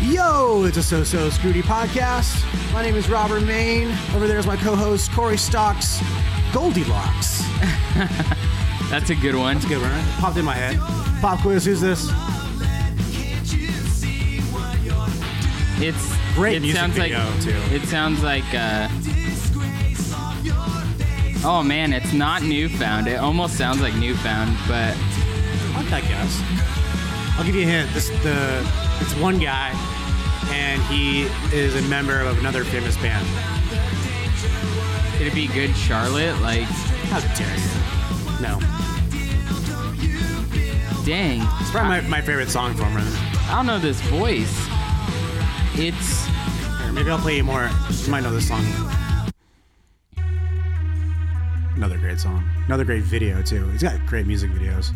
Hello, it's a So So Scooty podcast. My name is Robert Main. Over there is my co host, Corey Stocks, Goldilocks. That's a good one. Good one, right? Popped in my head. Pop quiz, who's this? It's Great It music sounds like video, too. it sounds like. Uh, oh man, it's not Newfound. It almost sounds like Newfound, but I like that guess. I'll give you a hint. This the it's one guy, and he is a member of another famous band. could it be Good Charlotte? Like, How dare you? No. dang, It's probably my, my favorite song from him. I don't know this voice. It's Here, maybe I'll play you more. You might know this song. Another great song. Another great video too. He's got great music videos.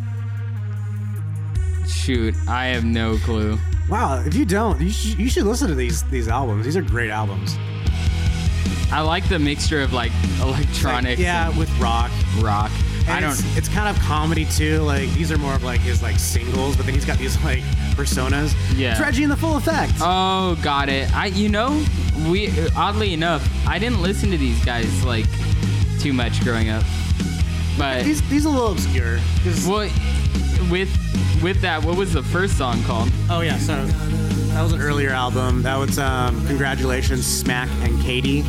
shoot, I have no clue. Wow, if you don't, you, sh- you should listen to these these albums. These are great albums. I like the mixture of like electronic yeah, with rock. and rock. I And don't. It's, it's kind of comedy too. Like these are more of like his like singles, but then he's got these like personas. Yeah. It's Reggie in the Full Effect. Oh, got it. I, you know, we oddly enough, I didn't listen to these guys like too much growing up, but These these are a little obscure. 'cause- what with with that, what was the first song called? oh yeah, so that was an earlier album. That was um, Congratulations, Smack and Katie.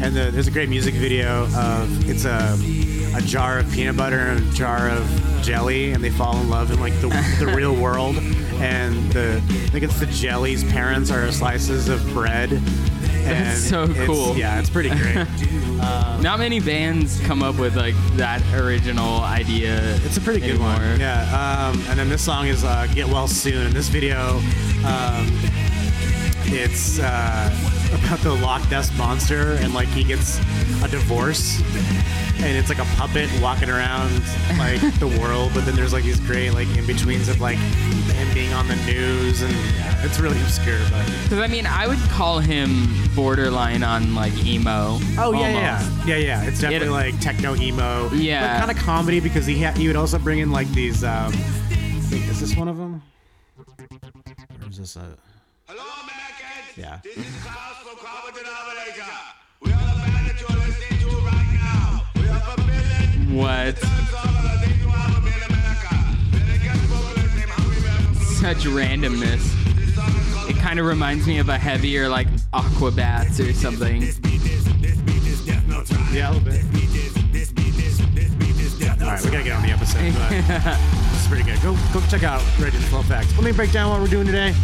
And the, there's a great music video of it's a a jar of peanut butter and a jar of jelly, and they fall in love in like the, the real world. And the I think it's the jelly's parents are slices of bread. And so it's- cool. Yeah, it's pretty great. Not many bands come up with like that original idea. It's a pretty good one. anymore. Yeah. Um, and then this song is uh, "Get Well Soon." And this video, um, it's uh, about the Loch Ness monster, and like he gets a divorce, and it's like a puppet walking around like the world. But then there's like these great like in betweens of like him being on the news, and yeah, it's really obscure. But Because I mean, I would call him borderline on like emo. almost. Oh, yeah, yeah, yeah. It's definitely It- like techno emo. Yeah. kind of comedy because he ha- he would also bring in like these. Um, wait, is this one of them? Or is this a? Hello, Americans. Yeah. This is Klaus from Carbon Denominator. We are the band that you're listening to right now. We have a billion. What? That's all that I think you have a billion America. Then it gets popular, name how we have a Such randomness. This song is called It kind of reminds me of a heavier like Aquabats or something. Beat This. This beat is death metal trap. Yeah, a little bit. Beat this. This beat this. This beat is death metal All right, we gotta get on the episode. But it's pretty good. Go go check out Rage and Flow Facts. Let me break down what we're doing today.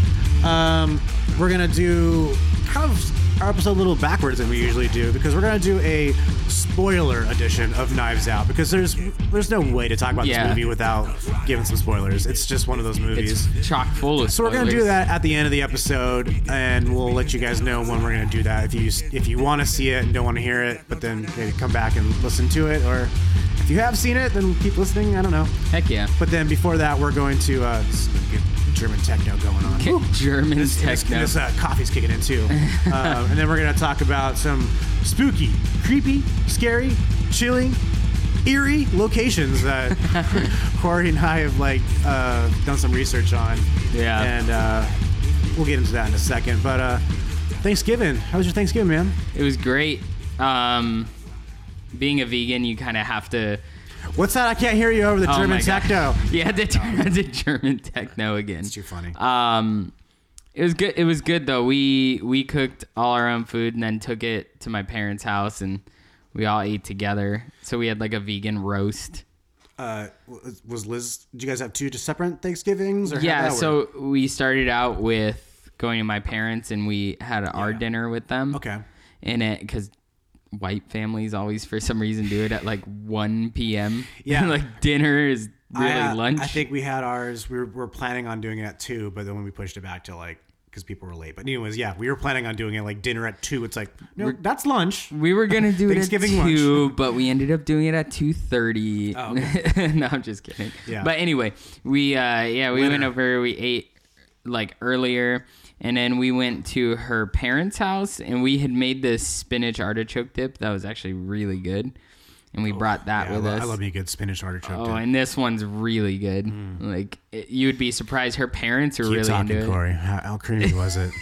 Um, we're gonna do kind of our episode a little backwards than we usually do because we're gonna do a spoiler edition of Knives Out because there's there's no way to talk about Yeah. this movie without giving some spoilers. It's just one of those movies. It's chock full of So we're gonna do spoilers. that at the end of the episode, and we'll let you guys know when we're gonna do that. If you if you want to see it and don't want to hear it, but then maybe come back and listen to it, or if you have seen it, then keep listening. I don't know. Heck yeah. But then before that, we're going to uh, this good German techno going on. Kick Woo! German This, this- techno. this, uh, coffee's kicking in too. uh, and then we're gonna talk about some spooky, creepy, scary, chilling, eerie locations that Corey and I have like uh, done some research on. Yeah. And uh, we'll get into that in a second. But uh, Thanksgiving, how was your Thanksgiving, man? It was great. Um, being a vegan, you kind of have to. What's that? I can't hear you over the Oh German my God. techno. You had to turn on to German techno again. It's too funny. Um, it was good. It was good though. We we cooked all our own food and then took it to my parents' house and we all ate together. So we had like a vegan roast. Uh, was- was Liz? Did you guys have two separate Thanksgivings? Or how'd yeah. that work? So we started out with going to my parents and we had our dinner with them. Okay. In it because white families always for some reason do it at like 1 p.m. Yeah. like dinner is really I, uh, lunch. I think we had ours. We were, were planning on doing it at two, but then when we pushed it back to like because people were late. But anyways, yeah, we were planning on doing it like dinner at two. It's like no, that's lunch. we were gonna do it at Thanksgiving lunch. two, but we ended up doing it at two thirty. Oh, no, I'm just kidding. Yeah. But anyway, we uh, yeah we went Winner. over. We ate like earlier, and then we went to her parents' house, and we had made this spinach artichoke dip that was actually really good, and we brought that Oh, Yeah, I, with lo- us. I love me a good spinach artichoke. Oh, dip. and this one's really good. Like it, you'd be surprised. Her parents are Mm. Keep really talking, into it. Corey. How, how creamy was it?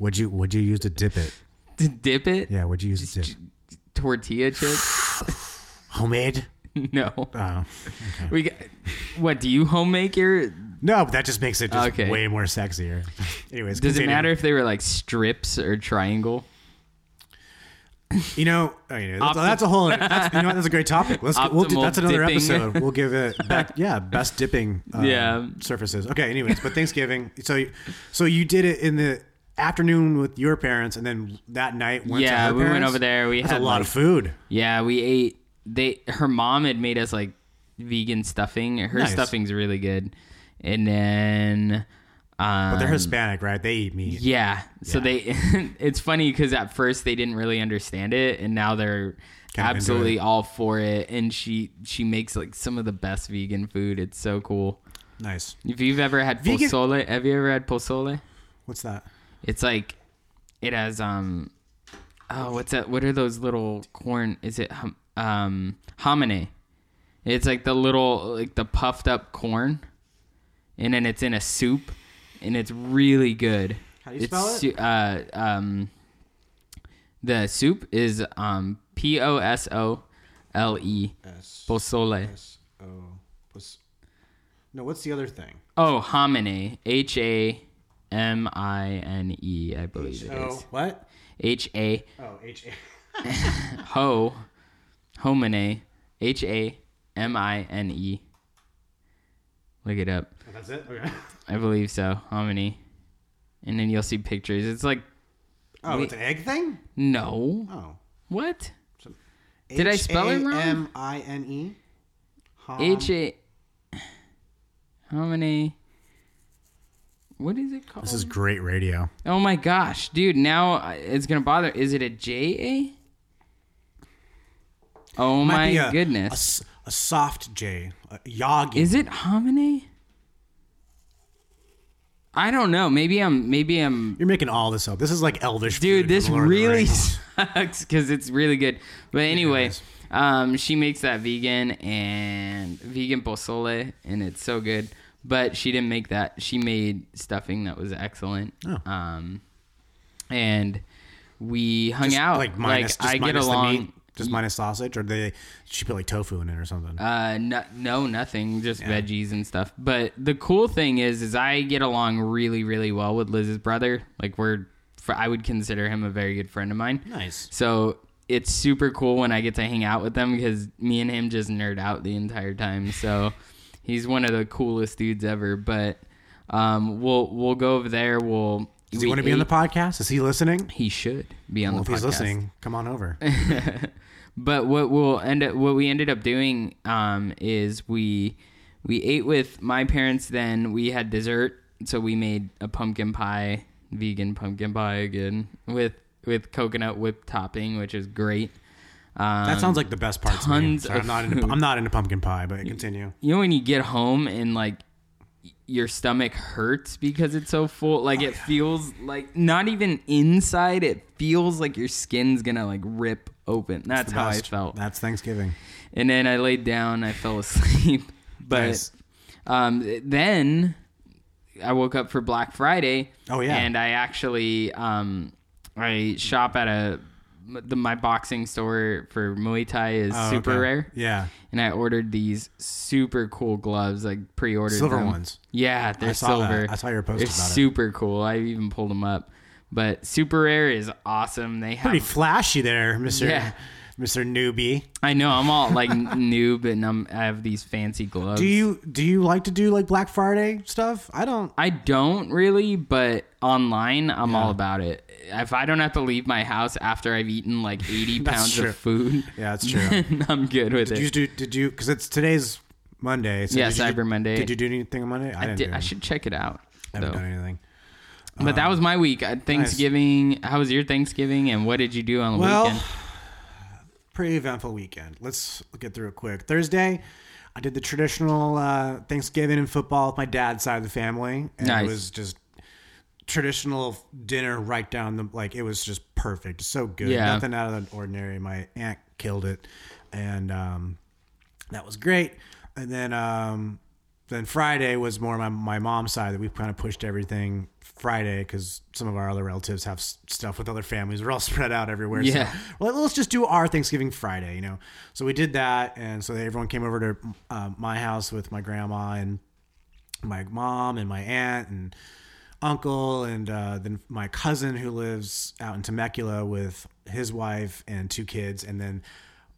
Would you would you use to dip it? to dip it. Yeah, would you use to dip? Tortilla chips? Homemade? no. Oh. We got, what do you homemake your? No, but that just makes it just Okay. way more sexier. Anyways, Does it continue. matter if they were like strips or triangle? You know, oh, you know, that's, Opti- that's a whole. That's, you know, what, that's a great topic. Let's get- we'll do, Optimal that's another dipping. episode. We'll give it back. Yeah, best dipping. um, Yeah. surfaces. Okay. Anyways, but Thanksgiving. So, so you did it in the afternoon with your parents, and then that night went. Yeah, to her we went parents? over there, we that's had, a lot like- of food. Yeah, we ate. They her mom had made us like vegan stuffing. Her Nice. stuffing's really good, and then. Um, But they're Hispanic, right? They eat meat. Yeah. So they, it's funny because at first they didn't really understand it, and now they're Kind of into absolutely all for it. And she she makes like some of the best vegan food. It's so cool. Nice. If you've ever had Vegan- pozole, have you ever had pozole? What's that? It's like it has um oh what's that? What are those little corn? Is it hum, um hominy? It's like the little like the puffed up corn, and then it's in a soup, and it's really good. How do you spell it? Uh, um, the soup is um P O S O L E posole. Oh, no. What's the other thing? Oh, hominy. H A M I N E, I believe it is. what? H A Oh, H. Ho, homine, H A M I N E. Look it up. That's it. Okay. I believe so. Hominy. And then you'll see pictures. It's like, Oh, Wait. it's an egg thing. no. Oh. What? Did I spell it wrong? M I N E. H A. Hominy. What is it called? This is great radio. oh my gosh, dude. Now I- it's going to bother. Is it a J A? Oh my Might be a- goodness. a s- A, soft J. A Yagi. Is it hominy? I don't know. Maybe I'm. Maybe I'm. You're making all this up. This is like elvish Dude, food this from Lord of the really Rings. sucks because it's really good. But anyway, is. um, she makes that vegan and vegan pozole, and it's so good. But she didn't make that. She made stuffing that was excellent. Oh. Um, and we hung Just, out. Like minus, just I get minus the along. meat, just minus sausage, or they she put like tofu in it or something. Uh, no, no nothing, just veggies and stuff. But the cool thing is, is I get along really, really well with Liz's brother. Like we're, fr- I would consider him a very good friend of mine. nice. So it's super cool when I get to hang out with them because me and him just nerd out the entire time. So he's one of the coolest dudes ever. But um, we'll we'll go over there. We'll. Does he want to be on the podcast? Is he listening? He should be on Well, the if podcast. he's listening, come on over. But what we'll end up, what we ended up doing um, is we we ate with my parents. Then we had dessert, so we made a pumpkin pie, vegan pumpkin pie again with with coconut whip topping, which is great. Um, That sounds like the best part. tons to me. Sorry, I'm of not into, I'm not into pumpkin pie, but continue. you know when you get home and like y- your stomach hurts because it's so full like it feels like not even inside it feels like your skin's gonna like rip open that's The how i best. felt That's Thanksgiving. and then I laid down. I fell asleep. but Nice. um, then I woke up for Black Friday. Oh, yeah. and I actually um, I shop at a the, my boxing store for Muay Thai is Oh, super okay. rare. Yeah, And I ordered these super cool gloves, like pre-ordered Silver them. ones. Yeah, they're I saw that. silver. I saw your post They're about it. super cool. I even pulled them up. But super rare is awesome. They have pretty flashy there, Mister Yeah. Mister Newbie. I know I'm all like noob, and I'm I have these fancy gloves. Do you do you like to do like Black Friday stuff? I don't. I don't really, but online I'm all about it. If I don't have to leave my house after I've eaten like 80 That's pounds true. of food, Yeah, that's true. then I'm good with did it. you do? Did you? Because it's today's Monday. So Yeah, did you- Cyber Monday. Did you do anything on Monday? I, didn't. Did- do I anything. should check it out. I haven't though. done anything. But that was my week. Uh, Thanksgiving. How was your Thanksgiving, and what did you do on the Well, weekend? Pretty eventful weekend. Let's get through it quick. Thursday, I did the traditional uh, Thanksgiving and football with my dad's side of the family, and Nice. it was just traditional dinner right down the like. It was just perfect, so good. Yeah. nothing out of the ordinary. My aunt killed it, and um, that was great. And then um, then Friday was more my my mom's side that we kind of pushed everything Friday because some of our other relatives have s- stuff with other families. We're all spread out everywhere. Yeah. So, well, let's just do our Thanksgiving Friday, you know. So we did that, and so everyone came over to uh, my house with my grandma and my mom and my aunt and uncle and uh, then my cousin who lives out in Temecula with his wife and two kids and then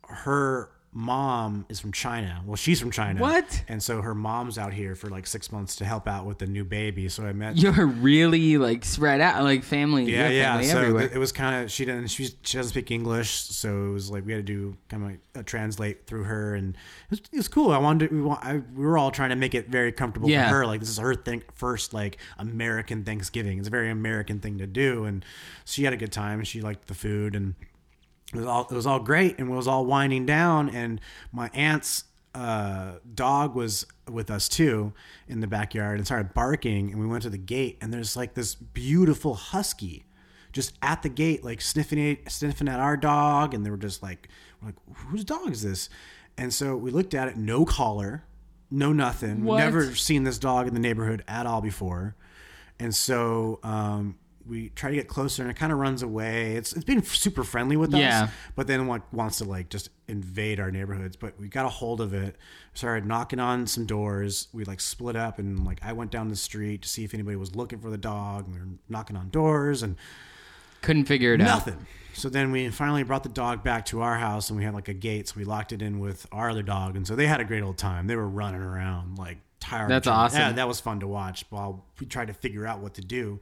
her mom is from China. Well, she's from China. What? And so her mom's out here for like 6 months to help out with the new baby. So I met You're really like spread out, like family. yeah, yeah. family So everywhere. th- it was kind of she didn't she she doesn't speak English, so it was like we had to do kind of like uh, translate through her, and it was, it was cool. I wanted to, we want, I, we were all trying to make it very comfortable Yeah. for her. Like this is her thing first like American Thanksgiving. It's a very American thing to do, and she had a good time. and She liked the food and it was all it was all great and it was all winding down and my aunt's uh, dog was with us too in the backyard and started barking and we went to the gate and there's like this beautiful husky just at the gate like sniffing at, sniffing at our dog and they were just like we're like whose dog is this and so we looked at it no collar no nothing What? never seen this dog in the neighborhood at all before and so um, we try to get closer and it kind of runs away it's it's been super friendly with Yeah. us but then like wants to like just invade our neighborhoods but we got a hold of it started knocking on some doors we like split up and like i went down the street to see if anybody was looking for the dog and we were knocking on doors and Couldn't figure it out. Nothing. So then we finally brought the dog back to our house and we had like a gate, so we locked it in with our other dog. And so they had a great old time. They were running around like tired. That's of each other. awesome. Yeah, that was fun to watch while we tried to figure out what to do.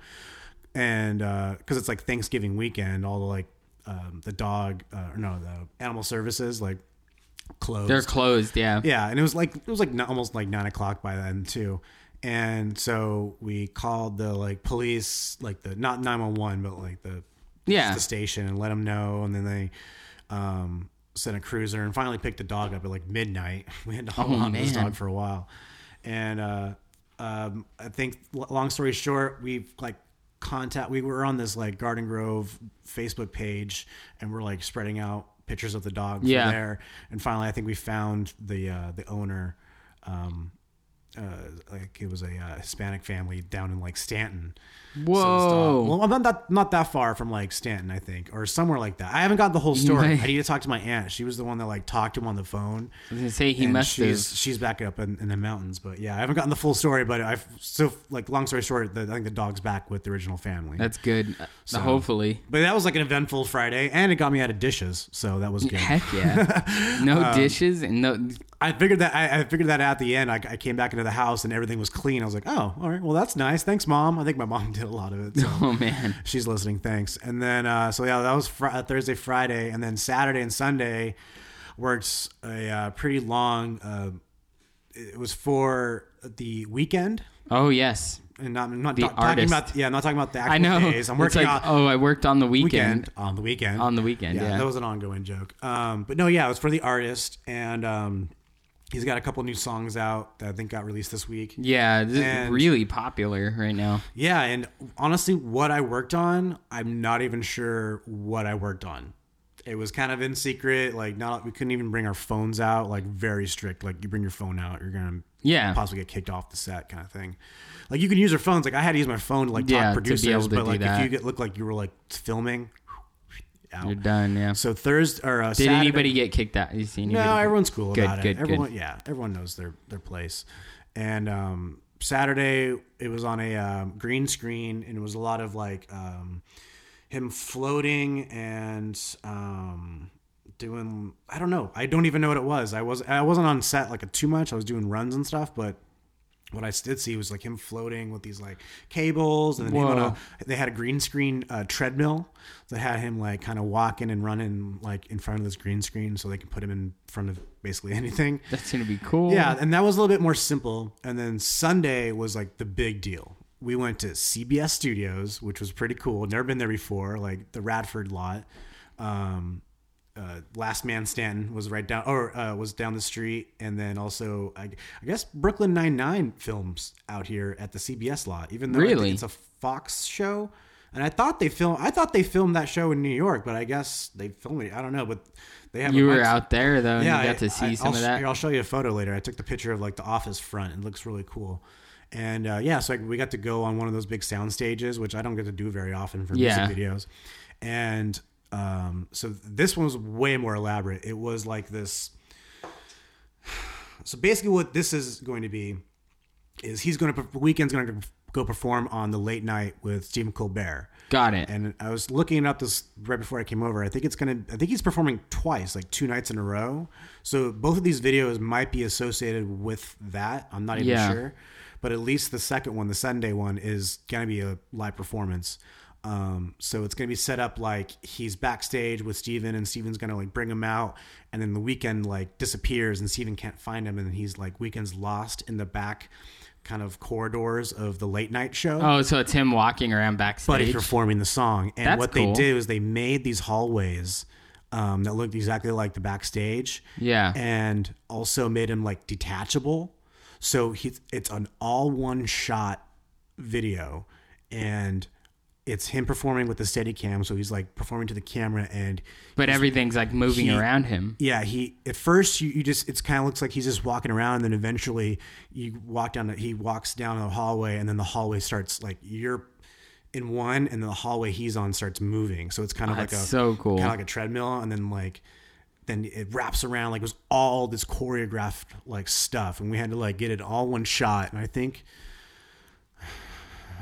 And because it's like Thanksgiving weekend, all the like um, the dog, uh, or no, the animal services like closed. They're closed. Yeah. Yeah, and it was like it was like n- almost like nine o'clock by then too, and so we called the like police, like the not nine one one, but like the Yeah. the station and let them know, and then they um, sent a cruiser and finally picked the dog up at like midnight. We had to hold Oh, on to this man. dog for a while, and uh, um, I think l- long story short, we've like contact. We were on this like Garden Grove Facebook page, and we're like spreading out pictures of the dog from Yeah. there. And finally, I think we found the uh, the owner. Um, uh, like it was a uh, Hispanic family down in like Stanton. So this dog- Whoa. well, I'm not that not that far from like Stanton, I think, or somewhere like that. I haven't got the whole story. Right. I need to talk to my aunt. She was the one that like talked to him on the phone. I was gonna say he and must have. she's she's back up in, in the mountains, but yeah, I haven't gotten the full story. But I've so like long story short, the, I think the dog's back with the original family. That's good. Uh, So- Hopefully. but that was like an eventful Friday, and it got me out of dishes, so that was good. Heck yeah. No Um, dishes and no. I figured that I, I figured that out at the end. I, I came back into the house and everything was clean. I was like, oh, all right, well that's nice. Thanks, mom. I think my mom did a lot of it. So. Oh man. she's listening. Thanks. And then uh, so yeah, that was fr- uh, Thursday, Friday, and then Saturday and Sunday worked a uh, pretty long. Uh, it was for the weekend, Oh yes. and not I'm not The ta- talking artist. about yeah, I'm not talking about the actual I know. days. I'm It's working like, on oh, I worked on the weekend, weekend. on the weekend On the weekend, yeah. that was an ongoing joke. Um, but no, yeah, it was for the artist, and um, he's got a couple new songs out that I think got released this week. Yeah, this is And- really popular right now. Yeah, and honestly, what I worked on, I'm not even sure what I worked on. It was kind of in secret, like not we couldn't even bring our phones out, like very strict. Like you bring your phone out, you're gonna Yeah. possibly get kicked off the set, kind of thing. Like you can use your phones. Like I had to use my phone to like talk Yeah, to be producers, able to but do like that. if you get look like you were like filming, out. You're done. Yeah. So Thursday or uh, Did Saturday, anybody get kicked out? You see anybody? no, everyone's cool Good, about good, it. good. Everyone, yeah, everyone knows their their place. And um, Saturday, it was on a um, green screen, and it was a lot of like um, him floating and um, doing. I don't know. I don't even know what it was. I was I wasn't on set like too much. I was doing runs and stuff, but. What I did see was like him floating with these like cables, and then him on Whoa. a they had a green screen uh, treadmill that had him like kind of walking and running like in front of this green screen so they can put him in front of basically anything. That's gonna be cool. Yeah, and that was a little bit more simple. And then Sunday was like the big deal. We went to CBS Studios, which was pretty cool. Never been there before, like the Radford lot. Um, uh, Last Man Stanton was right down, or uh, was down the street, and then also I, I guess Brooklyn Nine Nine films out here at the CBS lot. Even though I think Really? it's a Fox show, And I thought they film. I thought they filmed that show in New York, but I guess they filmed it. I don't know, but they have. You a were bunch- out there though, and Yeah, you got I- to see I- some I'll of sh- that. I'll show you a photo later. I took the picture of like the office front. It looks really cool. And uh, yeah, so like, we got to go on one of those big sound stages, which I don't get to do very often for Yeah. music videos. And um, so this one was way more elaborate. It was like this. So basically, what this is going to be is he's going to weekend's going to go perform on the late night with Stephen Colbert. got it. And I was looking up this right before I came over. I think it's gonna. I think he's performing twice, like two nights in a row. So both of these videos might be associated with that. I'm not even Yeah. sure, but at least the second one, the Sunday one, is gonna be a live performance. Um, so it's gonna be set up like he's backstage with Steven and Steven's gonna like bring him out, and then the weekend like disappears and Steven can't find him, and then he's like weekend's lost in the back kind of corridors of the late night show oh, so it's him walking around but he's backstage. performing the song. And That's what they cool. did is they made these hallways um, that looked exactly like the backstage. Yeah. And also made him like detachable. So he, it's an all one shot video. And it's him performing with the steady cam. So he's like performing to the camera and But everything's like moving he- around him. yeah, he at first you, you just it's kind of looks like he's just walking around, and then eventually you walk down. the- He walks down the hallway, and then the hallway starts like you're in one, and then the hallway he's on starts moving. So it's kind of like a That's so cool. kind of like a treadmill, and then like then it wraps around. Like it was all this choreographed like stuff, and we had to like get it all one shot. And I think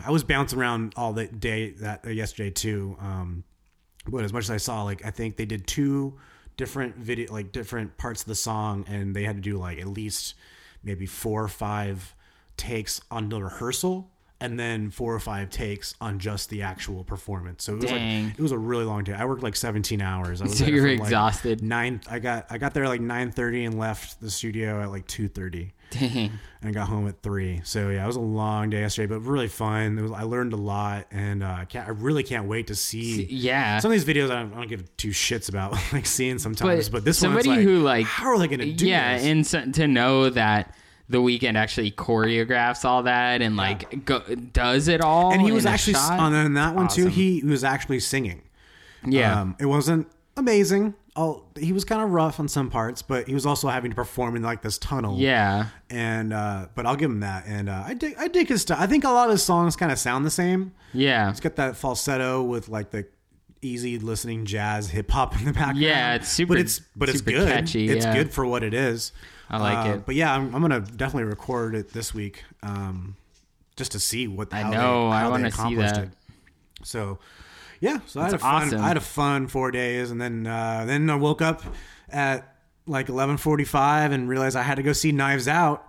I was bouncing around all the day that uh, yesterday too. Um, but as much as I saw, like I think they did two different video, like different parts of the song, and they had to do like at least maybe four or five takes on the rehearsal, and then four or five takes on just the actual performance. So it was Dang. like it was a really long day. I worked like seventeen hours. I was So there you're from, like, exhausted. nine. I got I got there like nine thirty and left the studio at like two thirty Dang. and I got home at three. So yeah, it was a long day yesterday, but really fun. It was, I learned a lot, and uh, I can't, I really can't wait to see. Yeah. Some of these videos I don't, I don't give two shits about like seeing sometimes, But but, this somebody one, it's like, who, like- how are they going to do yeah, this? and so, to know that the weekend actually choreographs all that and like go, does it all. and he was in a actually shot. on on that one too. Awesome. He, he was actually singing. yeah. Um, it wasn't amazing. All he was kind of rough on some parts, but he was also having to perform in like this tunnel. yeah. And uh, but I'll give him that. And uh, I dig I dig his stuff. I think a lot of his songs kind of sound the same. Yeah. It's got that falsetto with like the easy listening jazz hip hop in the background. Yeah, it's super- But it's but it's super good. catchy, It's yeah. good for what it is. Uh, I like it. But yeah, I'm, I'm gonna definitely record it this week, um, just to see what I know, They, I how they wanna see accomplished that. It. So yeah, so I had a That's fun. awesome. I had a fun four days, and then uh, then I woke up at like 11:45 and realized I had to go see Knives Out,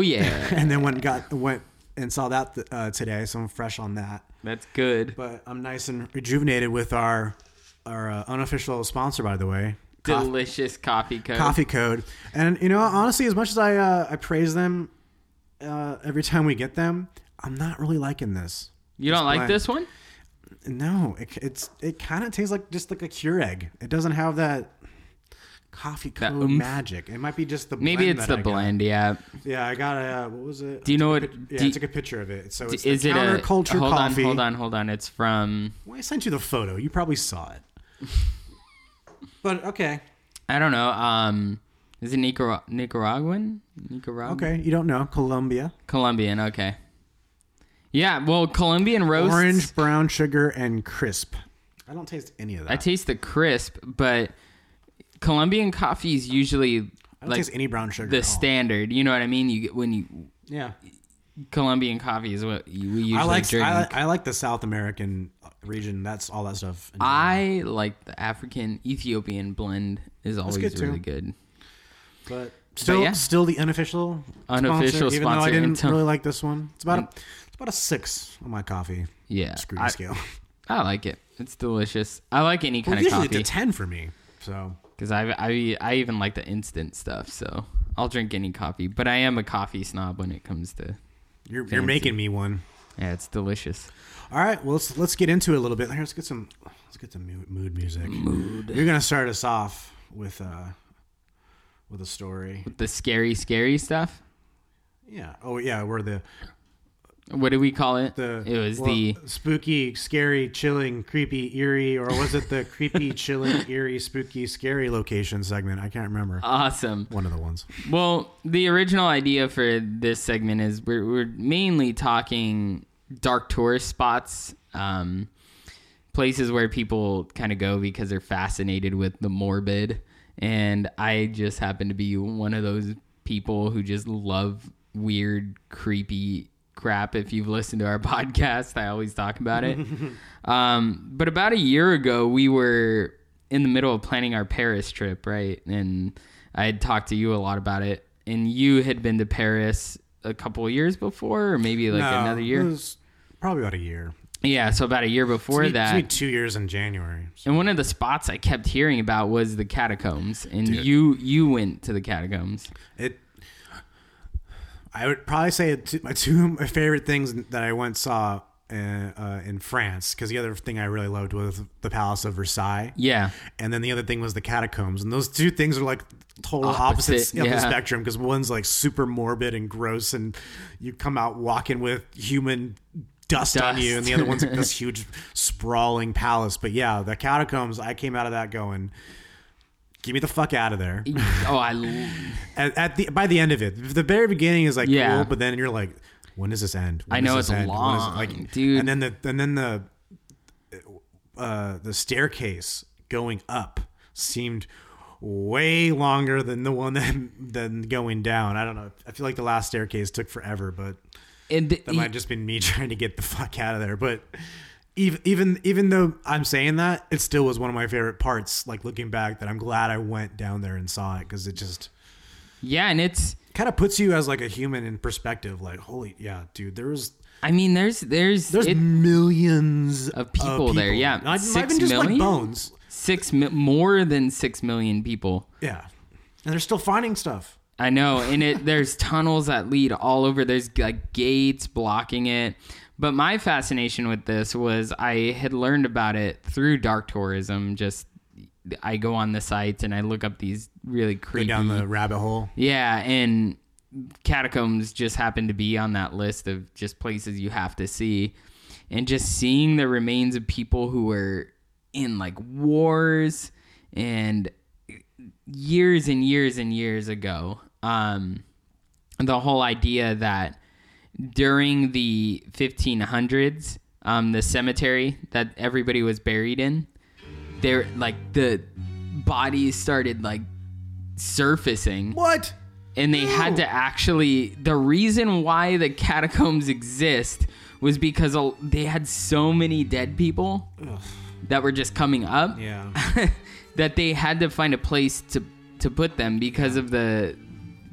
yeah. and then went and got went and saw that uh, today, so I'm fresh on that That's good. but I'm nice and rejuvenated with our our uh, unofficial sponsor, by the way, Coff- Delicious coffee code. Coffee Code. And you know, honestly, as much as I uh, I praise them uh, every time we get them, I'm not really liking this. You don't like bland. this one? No, it, it's it kind of tastes like just like a Keurig. It doesn't have that coffee That code oomph. magic. It might be just the Maybe blend it's that the I got. blend. Yeah. Yeah, I got a uh, what was it? Do you know what? Yeah, do- I took a picture of it. So it's is the it a counterculture hold coffee. on? Hold on. Hold on. It's from Well, I sent you the photo. You probably saw it. but okay. I don't know. Um, is it Nicar- Nicaraguan? Nicaraguan. Okay, you don't know. Colombia. Colombian. Okay. Yeah. Well, Colombian roast. Orange, brown sugar, and crisp. I don't taste any of that. I taste the crisp, but Colombian coffee is usually I don't like taste any brown sugar. the at all. standard. You know what I mean? You get when you Yeah. Colombian coffee is what you, we usually I like drink. I, like- I like the South American uh, region. That's all that stuff. in general. I like the African Ethiopian blend is always good, too. really good. but still yeah. still the unofficial Unofficial sponsor, even though I sponsor didn't until- Mm. really like this one. It's about a, it's about a six on my coffee Yeah, screwing I, scale. I like it. It's delicious. I like any kind Well, usually of it's a coffee ten for me. So because I, I I even like the instant stuff. So I'll drink any coffee, but I am a coffee snob when it comes to. you're you're Fancy. making me one. Yeah, it's delicious. All right, well let's let's get into it a little bit. Here, let's get some let's get some mood, mood music. Mood. You're gonna start us off with uh with a story. The scary, scary stuff. Yeah. Oh yeah, we're the What do we call it? The it was well, the spooky, scary, chilling, creepy, eerie, or was it the creepy, chilling, eerie, spooky, scary location segment? I can't remember. Uh, awesome. One of the ones. Well, the original idea for this segment is we're, we're mainly talking dark tourist spots, um, places where people kind of go because they're fascinated with the morbid. And I just happen to be one of those people who just love weird, creepy crap. If you've listened to our podcast, I always talk about it. Um, but about a year ago, we were in the middle of planning our Paris trip, right? And I had talked to you a lot about it, and you had been to Paris a couple of years before, or maybe like No, another Uh, it year. was probably about a year. Yeah, so about a year before It's gonna be- it's that. gonna be two years in January. and one of the spots I kept hearing about was the catacombs, and you you went to the catacombs. It. I would probably say two, my two of my favorite things that I once saw uh, uh, in France because the other thing I really loved was the Palace of Versailles. Yeah, and then the other thing was the catacombs and those two things are like total Opposite, opposites of the yeah. spectrum because one's like super morbid and gross and you come out walking with human dust, on Dust. you and the other one's like this huge sprawling palace but yeah the catacombs i came out of that going Get me the fuck out of there! oh, I l- At, at the by the end of it, the very beginning is like Yeah. cool, but then you're like, when does this end? When I does know this it's end? When does it- long, dude. And then the and then the uh, the staircase going up seemed way longer than the one that than going down. I don't know. I feel like the last staircase took forever, but and that might have just been me trying to get the fuck out of there. But even even even though I'm saying that, it still was one of my favorite parts. Like looking back, that I'm glad I went down there and saw it because it just yeah, and it's kind of puts you as like a human in perspective. Like holy yeah, dude, there was I mean there's there's there's it- millions Of people there, yeah. not, not Six even just like million? bones. six mi- more than six million people. Yeah, and they're still finding stuff. I know, and it there's tunnels that lead all over. There's like gates blocking it. But my fascination with this was I had learned about it through dark tourism. Just I go on the sites and I look up these really Go creepy down the rabbit hole. yeah, and catacombs just happened to be on that list of just places you have to see. And just seeing the remains of people who were in like wars and years and years and years ago. Um the whole idea that during the 1500s, um, the cemetery that everybody was buried in, there like the bodies started like surfacing What? and they had to actually the reason why the catacombs exist was because a- they had so many dead people that were just coming up Yeah, that they had to find a place to to put them because of the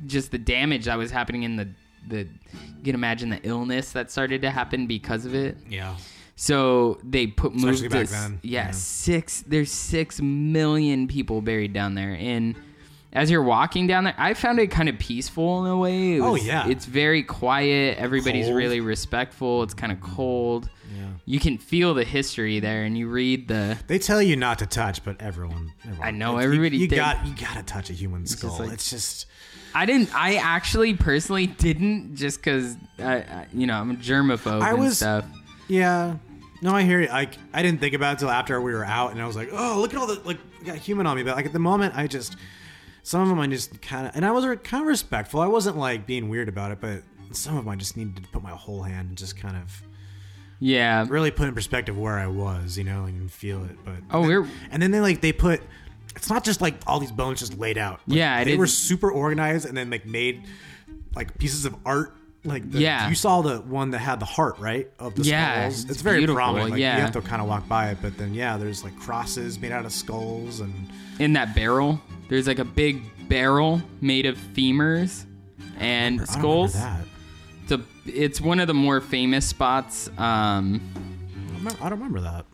just the damage that was happening in the the you can imagine the illness that started to happen because of it yeah. so they put moved Especially back this- then, Yeah, yeah. six. There's six million people buried down there, and as you're walking down there, I found it kind of peaceful in a way. It Oh, was- yeah. it's very quiet. Everybody's Cold. really respectful. It's kind of cold. Yeah. You can feel the history there, and you read the. They tell you not to touch, but everyone. everyone I know, you- everybody You, thinks- got you got to touch a human skull. like- it's just I didn't. I actually personally didn't, just because you know I'm a germaphobe I and was- stuff. yeah. No, I hear you. Like I didn't think about it till after we were out, and I was like, oh, look at all the like I got human on me. But like at the moment, I just some of them I just kind of and I was kind of respectful. I wasn't like being weird about it, but some of them I just needed to put my whole hand and just kind of Yeah. really put in perspective where I was, you know, and feel it. But Oh, we're And then they like they put it's not just like all these bones just laid out. Like, Yeah, I they were didn't- super organized and then like made like pieces of art. Like the, Yeah. you saw the one that had the heart right of the Yeah, skulls. it's It's, very beautiful, prominent. Like, yeah. you have to kind of walk by it, but then yeah, there's like crosses made out of skulls and in that barrel. There's like a big barrel made of femurs and I don't remember skulls. that. It's, a, it's one of the more famous spots. Um, I don't remember- I don't remember that.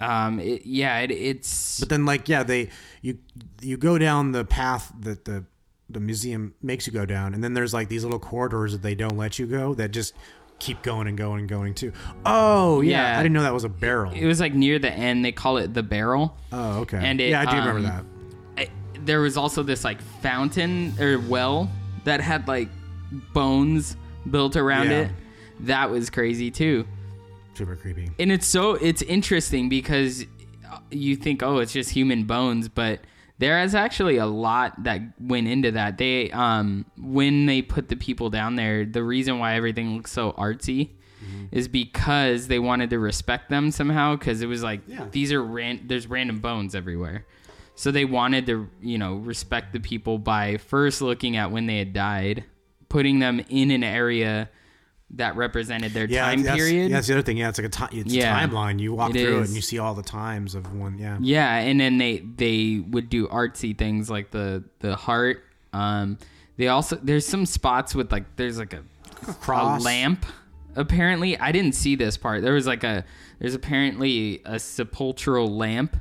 um, it, yeah, it, it's But then like yeah, they you you go down the path that the the museum makes you go down, and then there's like these little corridors that they don't let you go that just keep going and going and going too. Oh yeah, Yeah. I didn't know that was a barrel. it was like near the end. They call it the barrel. oh okay. and it, yeah, I do remember um, that. I- there was also this like fountain or well that had like bones built around Yeah. it That was crazy too. Super creepy. And it's so it's interesting because you think, oh, it's just human bones, but there is actually a lot that went into that. They um when they put the people down there, the reason why everything looks so artsy Mm-hmm. is because they wanted to respect them somehow because it was like Yeah. these are ran- there's random bones everywhere. So they wanted to, you know, respect the people by first looking at when they had died, putting them in an area that represented their Yeah, time that's, period. Yeah, that's the other thing. Yeah, it's like a, ti- it's Yeah. a timeline. You walk It through it is. and you see all the times of one. Yeah. Yeah, and then they they would do artsy things like the the heart. Um, they also there's some spots with like there's like a, A a cross. lamp. Apparently, I didn't see this part. There was like a there's apparently a sepulchral lamp.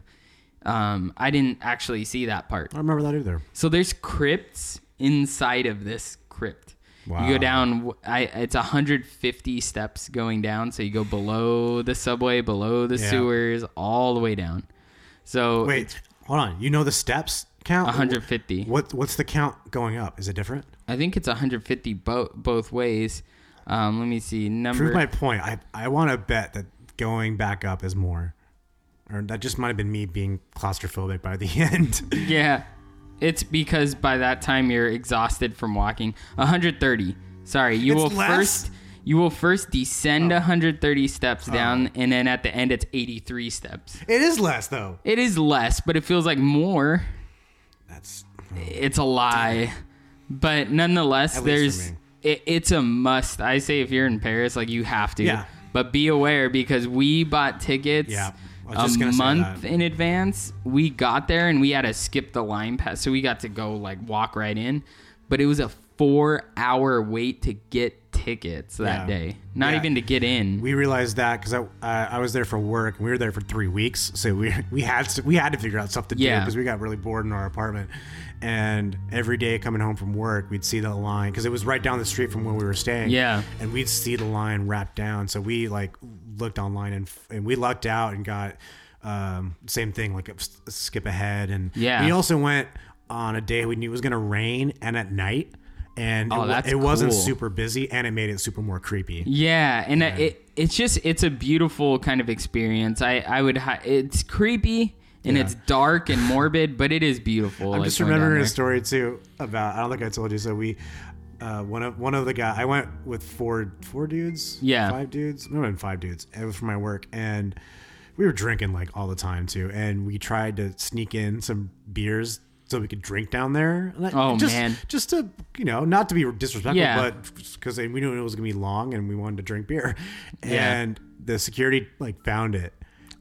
Um, I didn't actually see that part. I don't remember that either. So there's crypts inside of this crypt. You Wow. go down. I it's 150 steps going down. So you go below the subway, below the Yeah. sewers, all the way down. So Wait, hold on. You know the steps count? 150. What What's the count going up? Is it different? I think it's 150 bo- both ways. Um, let me see number. Prove my point. I, I want to bet that going back up is more. Or that just might have been me being claustrophobic by the end. yeah, it's because by that time you're exhausted from walking. 130. Sorry, you It's will less? Oh. first you will first descend 130 steps down, and then at the end it's 83 steps. it is less, though. It is less, but it feels like more. That's. hmm. It's a lie, but nonetheless, At least for there's me. it, it's a must. I say if you're in Paris, like you have to. Yeah. But be aware because we bought tickets Yeah, I was just a gonna say month that. in advance. We got there and we had to skip the line pass, so we got to go like walk right in. But it was a four-hour wait to get tickets that Yeah. day. Not Yeah. even to get in. We realized that because I, uh, I was there for work. And we were there for three weeks, so we we had to, we had to figure out stuff to do Yeah. because we got really bored in our apartment. And every day coming home from work, we'd see the line because it was right down the street from where we were staying. Yeah. and we'd see the line wrapped down. So we like looked online and and we lucked out and got um, same thing like a s- skip ahead and Yeah. We also went on a day we knew it was gonna rain and at night. And Oh, it, wa- that's it wasn't cool. super busy, and it made it super more creepy. Yeah, and uh it it's just it's a beautiful kind of experience. I I would hi- it's creepy and it's dark and morbid, but it is beautiful. I'm like, just going down remembering a there. story too about I don't think I told you. So we, uh, one of one of the guy I went with four four dudes, Yeah. five dudes, no, been five dudes. It was for my work, and we were drinking like all the time too. And we tried to sneak in some beers so we could drink down there. Like, Oh, just, man. just to you know, not to be disrespectful, Yeah. but because we knew it was gonna be long and we wanted to drink beer, Yeah. and the security like found it.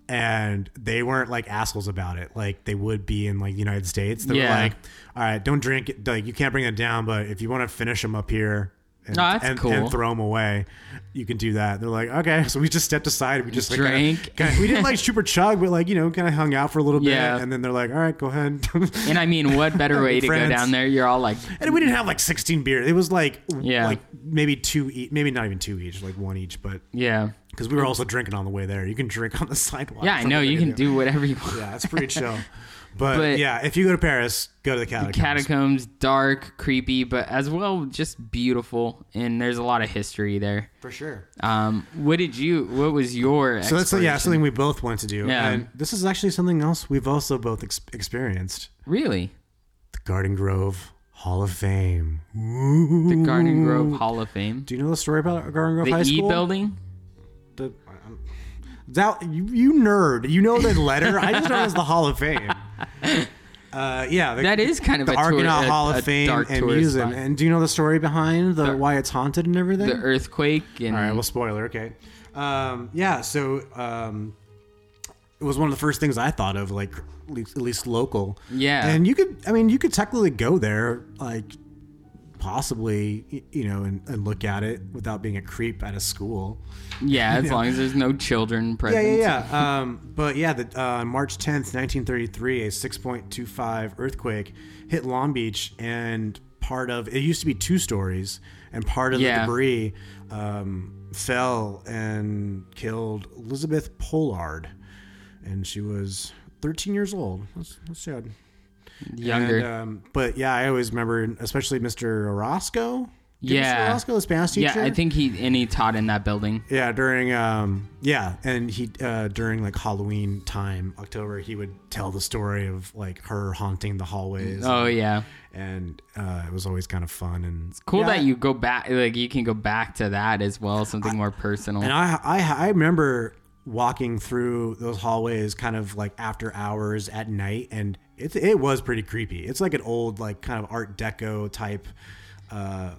And they weren't like assholes about it, like they would be in like the United States. They Yeah. were like, all right, don't drink it. Like, you can't bring it down, but if you want to finish them up here and, Oh, that's and, cool. and throw them away, you can do that. They're like, okay. So we just stepped aside. We just like, kinda- Drank. kinda- we didn't like super chug, but like, you know, kind of hung out for a little bit. Yeah. And then they're like, all right, go ahead. And I mean, what better way to go Friends. down there? You're all like, and we didn't have like 16 beer. It was like, Yeah. like maybe two, each, maybe not even two each, like one each, but yeah, because we were also drinking on the way there. You can drink on the sidewalk. yeah. I know Something you to can do whatever you want. Yeah, it's pretty chill. But, But- yeah, if you go to Paris, go to the catacombs. Catacombs, dark, creepy, but as well just beautiful. And there's a lot of history there. for sure. Um, what did you? What was your? So that's yeah exploration? something we both want to do. Yeah. And this is actually something else we've also both ex- experienced. Really, The Garden Grove Hall of Fame. the Garden Grove Hall of Fame, Do you know the story about Garden Grove the High E School? building. The- um, that you, you nerd, you know the letter. I just know it as the Hall of Fame. Uh, yeah, the, That is kind of the a tour- Argonaut a- Hall of a Fame dark and tourist museum. spot. And do you know the story behind the, why it's haunted and everything? the earthquake and All right, well, spoiler. Okay. Um, yeah, so um, it was one of the first things I thought of, like at least, at least local. Yeah. and you could, I mean, you could technically go there, like possibly, y- you know, and, and look at it without being a creep at a school. yeah, as long as there's no children Yeah, present. yeah, yeah. um, but yeah, the, uh, March 10th, 1933, a 6.25 earthquake hit Long Beach, and part of it used to be two stories, and part of Yeah. the debris um, fell and killed Elizabeth Pollard, and she was 13 years old. That's, that's sad. Younger. And, um, but yeah, I always remember, especially Mr. Orozco. Didn't yeah. Sue Roscoe, the Spanish teacher? yeah, I think he and he taught in that building. Yeah, during um yeah, and he uh during like Halloween time, October, he would tell the story of like her haunting the hallways. Oh yeah. And uh it was always kind of fun and Cool Yeah. that you go back like you can go back to that as well, something more personal. And I I I remember walking through those hallways kind of like after hours at night and it it was pretty creepy. It's like an old like kind of art deco type uh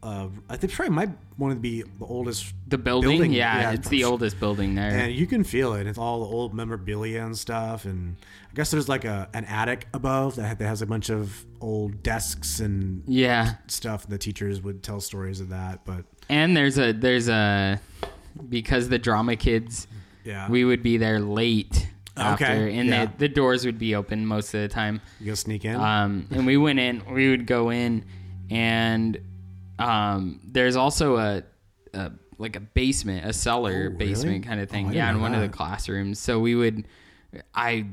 uh, I think probably might one of the the oldest the building, building, yeah, yeah, it's the oldest building there. and you can feel it. It's all the old memorabilia and stuff. And I guess there's like a an attic above that ha- that has a bunch of old desks and yeah. stuff. And the teachers would tell stories of that. But And there's a there's a because the drama kids yeah, we would be there late after Okay, and yeah. the, the doors would be open most of the time. you go sneak in. um, and we went in we would go in and um, there's also a, a like a basement a cellar Oh, basement really? kind of Oh, thing I yeah didn't in know one of the that. classrooms so we would i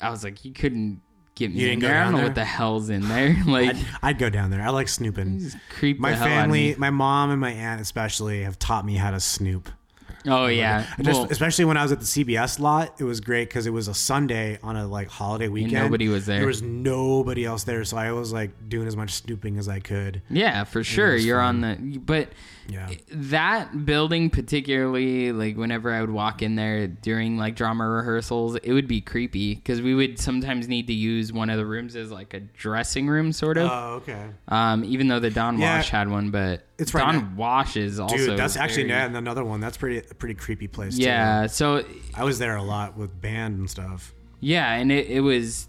i was like you couldn't get me You in didn't go there i don't down know there? what the hell's in there like I'd, I'd go down there. I like snooping. creep My the hell out of family, me. my mom and my aunt especially, have taught me how to snoop. oh yeah I Just, well, especially when I was at the CBS lot, it was great because it was a Sunday on a like holiday weekend. nobody was there. There was nobody else there, so I was like doing as much snooping as I could. yeah for sure you're on the but Yeah. that building particularly like whenever i would walk in there during like drama rehearsals it would be creepy because we would sometimes need to use one of the rooms as like a dressing room sort of Oh, okay. um even though the don Yeah. wash had one but It's right don now- wash is also Dude, that's actually very- yeah, another one. That's pretty a pretty creepy place. too. yeah so I was there a lot with band and stuff yeah and it, it was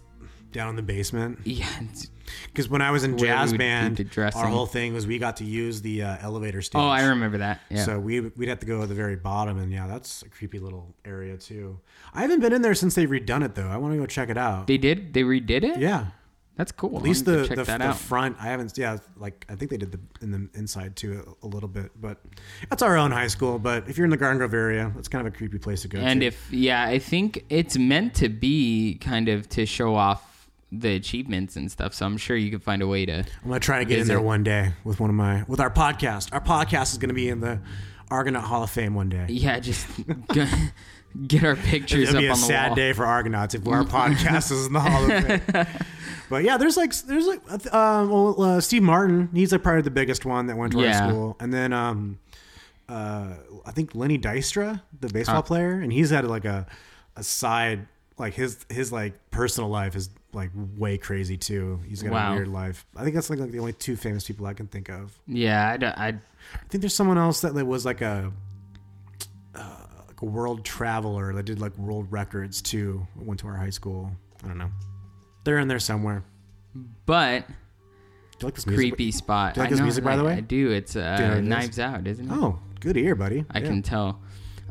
down in the basement. yeah it's- Because when I was in Where jazz we would keep the band, dressing. our whole thing was we got to use the uh, elevator stage. oh i remember that yeah So we we'd have to go at the very bottom, and yeah, that's a creepy little area too. I haven't been in there since they redone it though. I want to go check it out. they did they redid it yeah, that's cool at least the check the, that the out front. I haven't. Yeah, like I think they did the in the inside too a, a little bit, but that's our own high school. But if you're in the Garden Grove area, that's kind of a creepy place to go. And to. if yeah, I think it's meant to be kind of to show off the achievements and stuff. So I'm sure you could find a way to. I'm gonna try to get in Is there it- one day with one of my with our podcast. Our podcast is gonna be in the Argonaut Hall of Fame one day. Yeah, just g- get our pictures It'll up be a on the sad wall. day for Argonauts if our podcast is in the Hall of Fame. But yeah, there's like there's like uh, well, uh, Steve Martin. He's like probably the biggest one that went to Yeah. our school, and then um, uh, I think Lenny Dystra, the baseball player, and he's had like a a side like his his like personal life is like way crazy too. He's got Wow. a weird life. I think that's like, like the only two famous people I can think of. Yeah, I, don't- I I think there's someone else that was like a uh, like a world traveler that did like world records too. Went to our high school. I don't know. They're in there somewhere. but Do you like this music? creepy spot. Do you like I this know, music, by the I- way? I do. It's uh, Do you know what it is? Knives Out, isn't it? Oh, good ear, buddy. I Yeah. can tell.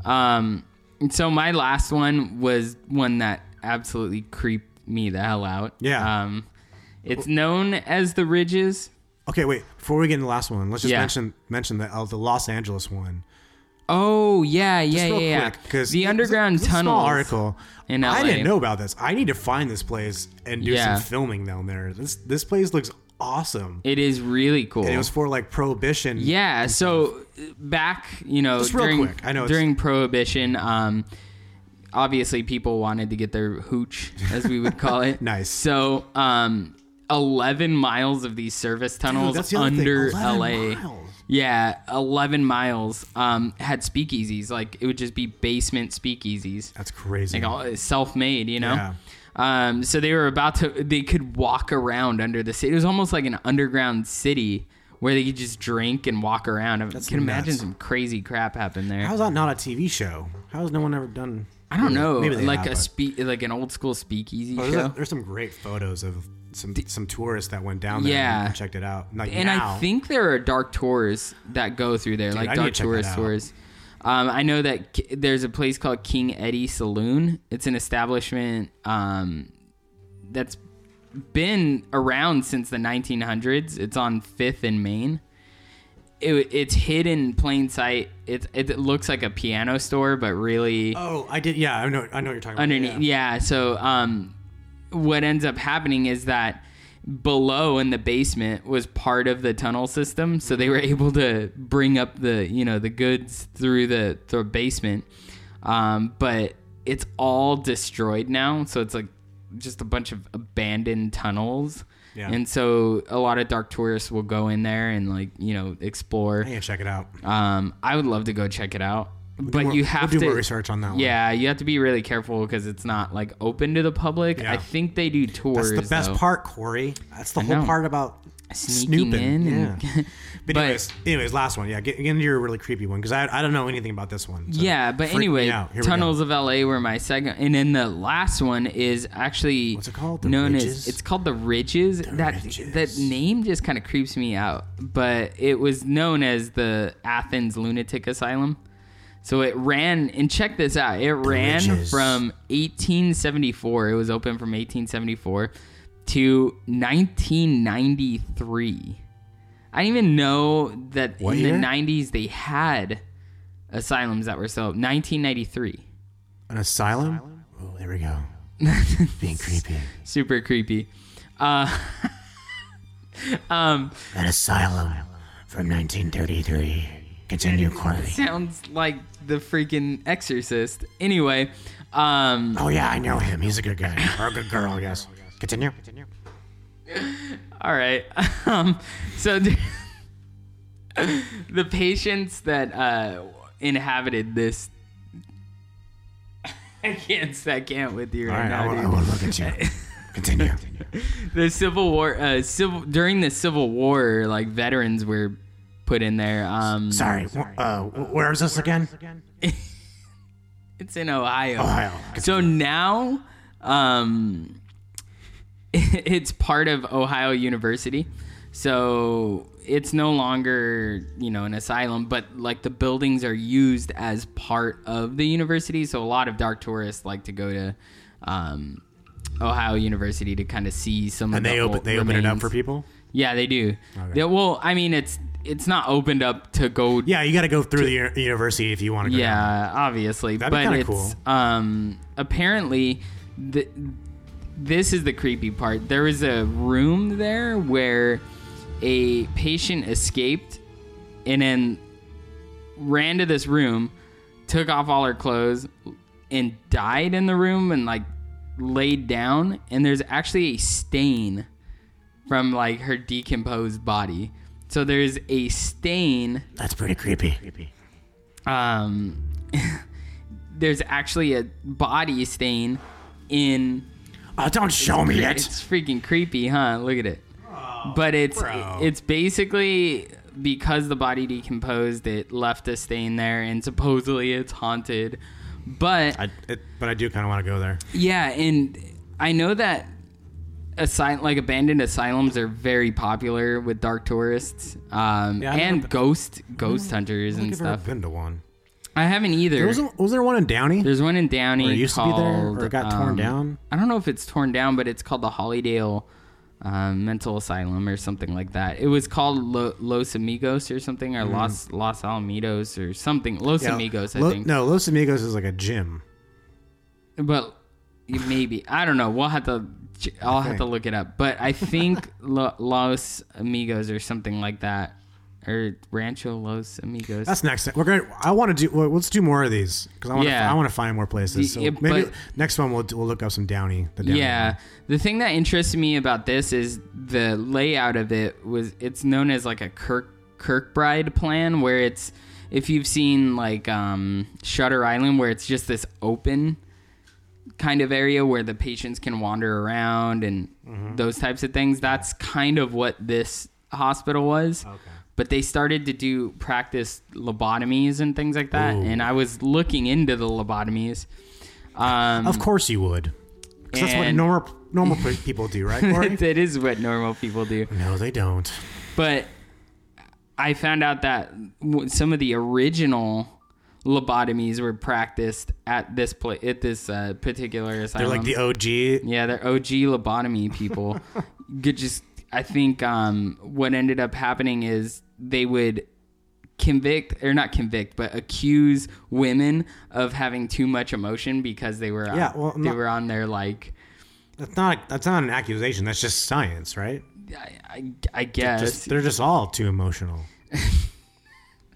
Um, so my last one was one that absolutely creeped me the hell out. Yeah. Um, it's known as the Ridges. Okay, wait. Before we get into the last one, let's just Yeah. mention mention the uh, the Los Angeles one. Oh yeah, yeah, Just yeah, real yeah. quick, because the underground tunnel. Small article. in I LA. didn't know about this. I need to find this place and do Yeah. some filming down there. This this place looks awesome. It is really cool. And it was for like prohibition. yeah. So back, you know, Just real during quick, I know it's- during Prohibition, um, obviously people wanted to get their hooch, as we would call it. Nice. So, um, eleven miles of these service Dude, tunnels that's the other thing, under 11 LA. miles. Yeah, eleven miles. Um, had speakeasies. Like it would just be basement speakeasies. That's crazy. like all self-made you know Yeah. um so they were about to they could walk around under the city it was almost like an underground city where they could just drink and walk around i can imagine nuts. some crazy crap happen there How's that not a TV show? How's no one ever done? i don't know Maybe they like have, a but- spe- like an old school speakeasy Oh, there's, show a- there's some great photos of some some tourists that went down there Yeah. and checked it out. Like and now, I think there are dark tours that go through there, like I need to dark check that tourist out. tours. Um, I know that K- there's a place called King Eddie Saloon. It's an establishment um, that's been around since the 1900s. It's on Fifth and Main. It, it's hid in plain sight. It, it looks like a piano store, but really oh, I did. Yeah, I know. I know what you're talking about. underneath. Yeah. So um, what ends up happening is that below in the basement was part of the tunnel system, so they were Mm-hmm. able to bring up the you know the goods through the the basement. Um, but it's all destroyed now, so it's like just a bunch of abandoned tunnels. Yeah. And so a lot of dark tourists will go in there and like you know explore. I need to check it out. Um, I would love to go check it out, but more- you have we'll to do more research on that one. Yeah, you have to be really careful because it's not like open to the public. Yeah. I think they do tours. That's the best though. part, Corey. That's the whole know. part about Sneaking snooping. in yeah. and- but But- anyways, anyways, last one. Yeah, get, get into your really creepy one because I, I don't know anything about this one. so yeah, but freak anyway, me out. Here we go. Tunnels of LA were my second, and then the last one is actually What's it called? The known Ridges? as it's called the Ridges. that Ridges. that name just kind of creeps me out, but it was known as the Athens Lunatic Asylum. So it ran, and check this out. It ran Ridges. from 1874. It was open from 1874 to 1993. I didn't even know that What in year? the 90s they had asylums that were set up. 1993. An asylum? Oh, there we go. Being creepy. Super creepy. An asylum from 1933. Continue, Corey. Sounds like the freaking exorcist. Anyway, um Oh yeah, I know him. He's a good guy or a good girl, I guess. Continue. Continue. All right. Um, so the, the patients that uh, inhabited this. I can't. I can't with you All right, right, I now, won't, dude I won't look at you. Continue. the Civil War, uh, civil during the Civil War, like veterans were put in there. Um, Sorry. wh- Uh, wh- where is this again? it's in Ohio. Ohio. So now, um, it's part of Ohio University. So it's no longer, you know, an asylum, but like the buildings are used as part of the university. So a lot of dark tourists like to go to um, Ohio University to kind of see some of And the they open old they open it up remains. for people. Yeah, they do. Yeah, well, I mean, it's it's not opened up to go. Yeah, Yeah, you got to go through the uni- university if you want to. go down. obviously, That'd be but kinda it's cool. um apparently the, this is the creepy part. There was a room there where a patient escaped and then ran to this room, took off all her clothes, and died in the room and like laid down. And there's actually a stain from like her decomposed body. So there's a stain. That's pretty creepy. creepy. Um, there's actually a body stain in. Oh, don't show me it. It's freaking creepy, huh? Look at it. But it's Oh, bro. it's basically because the body decomposed, it left a stain there, and supposedly it's haunted. But I, it but I do kind of want to go there. yeah, and I know that asylum, like abandoned asylums, are very popular with dark tourists um, Yeah, I've never and been- ghost Mm-hmm. ghost hunters I and think I've ever stuff. been to one. I haven't either. There was, a- was there one in Downey? There's one in Downey. Or it used to be there, or called, it got torn um, down? I don't know if it's torn down, but it's called the Hollydale um, Mental Asylum or something like that. It was called Lo- Los Amigos or something, or Los Los Alamitos or something. Los Mm. Yeah. Amigos, I Lo- think. No, Los Amigos is like a gym. But maybe I don't know. We'll have to. I'll have to think. look it up. But I think Lo- Los Amigos or something like that, or Rancho Los Amigos. That's next. We're gonna. I want to do. Well, let's do more of these because I want. to Yeah. I want to find more places. So Yeah, maybe but- next one we'll we'll look up some Downey. The Downey Yeah. The thing that interested me about this is the layout of it was it's known as like a Kirk Kirkbride plan where it's if you've seen like um Shutter Island where it's just this open kind of area where the patients can wander around and those types of things. That's kind of what this hospital was. Oh. Okay. But they started to do practice lobotomies and things like that, Ooh. and I was looking into the lobotomies. Um, Of course you would. 'Cause that's what And- normal normal pe- people do, right? Corey? that is what normal people do. no, they don't. But I found out that w- some of the original lobotomies were practiced at this place, at this uh, particular They're asylum. like the OG. yeah, they're OG lobotomy people. Could just, I think, um, what ended up happening is they would convict or not convict, but accuse women of having too much emotion because they were on, Yeah, well, they not- were on their like That's not that's not an accusation. That's just science, right? I, I, I guess Just they're just all too emotional.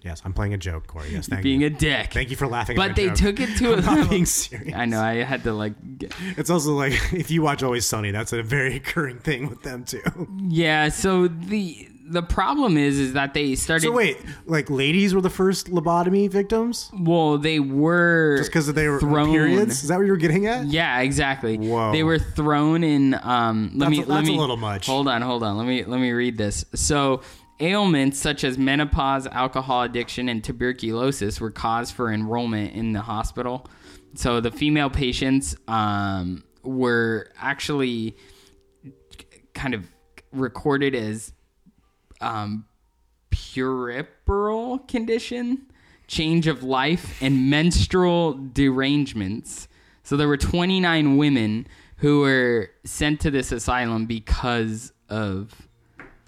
yes, I'm playing a joke, Corey. Yes, thank being you. a dick. thank you for laughing. at my but they joke. took it to a I'm not level. being serious. I know. I had to like. Get, It's also like if you watch Always Sunny, that's a very occurring thing with them too. yeah. So the the problem is is that they started. So wait, like ladies were the first lobotomy victims Well, they were just because they were thrown. periods. Is that what you were getting at? Yeah, exactly. Whoa. They were thrown in. Um, let That's me. a- let that's a me, little much. Hold on, hold on. Let me let me read this. So. Ailments such as menopause, alcohol addiction, and tuberculosis were cause for enrollment in the hospital. So the female patients um, were actually kind of recorded as um, puerperal condition, change of life, and menstrual derangements. So there were 29 women who were sent to this asylum because of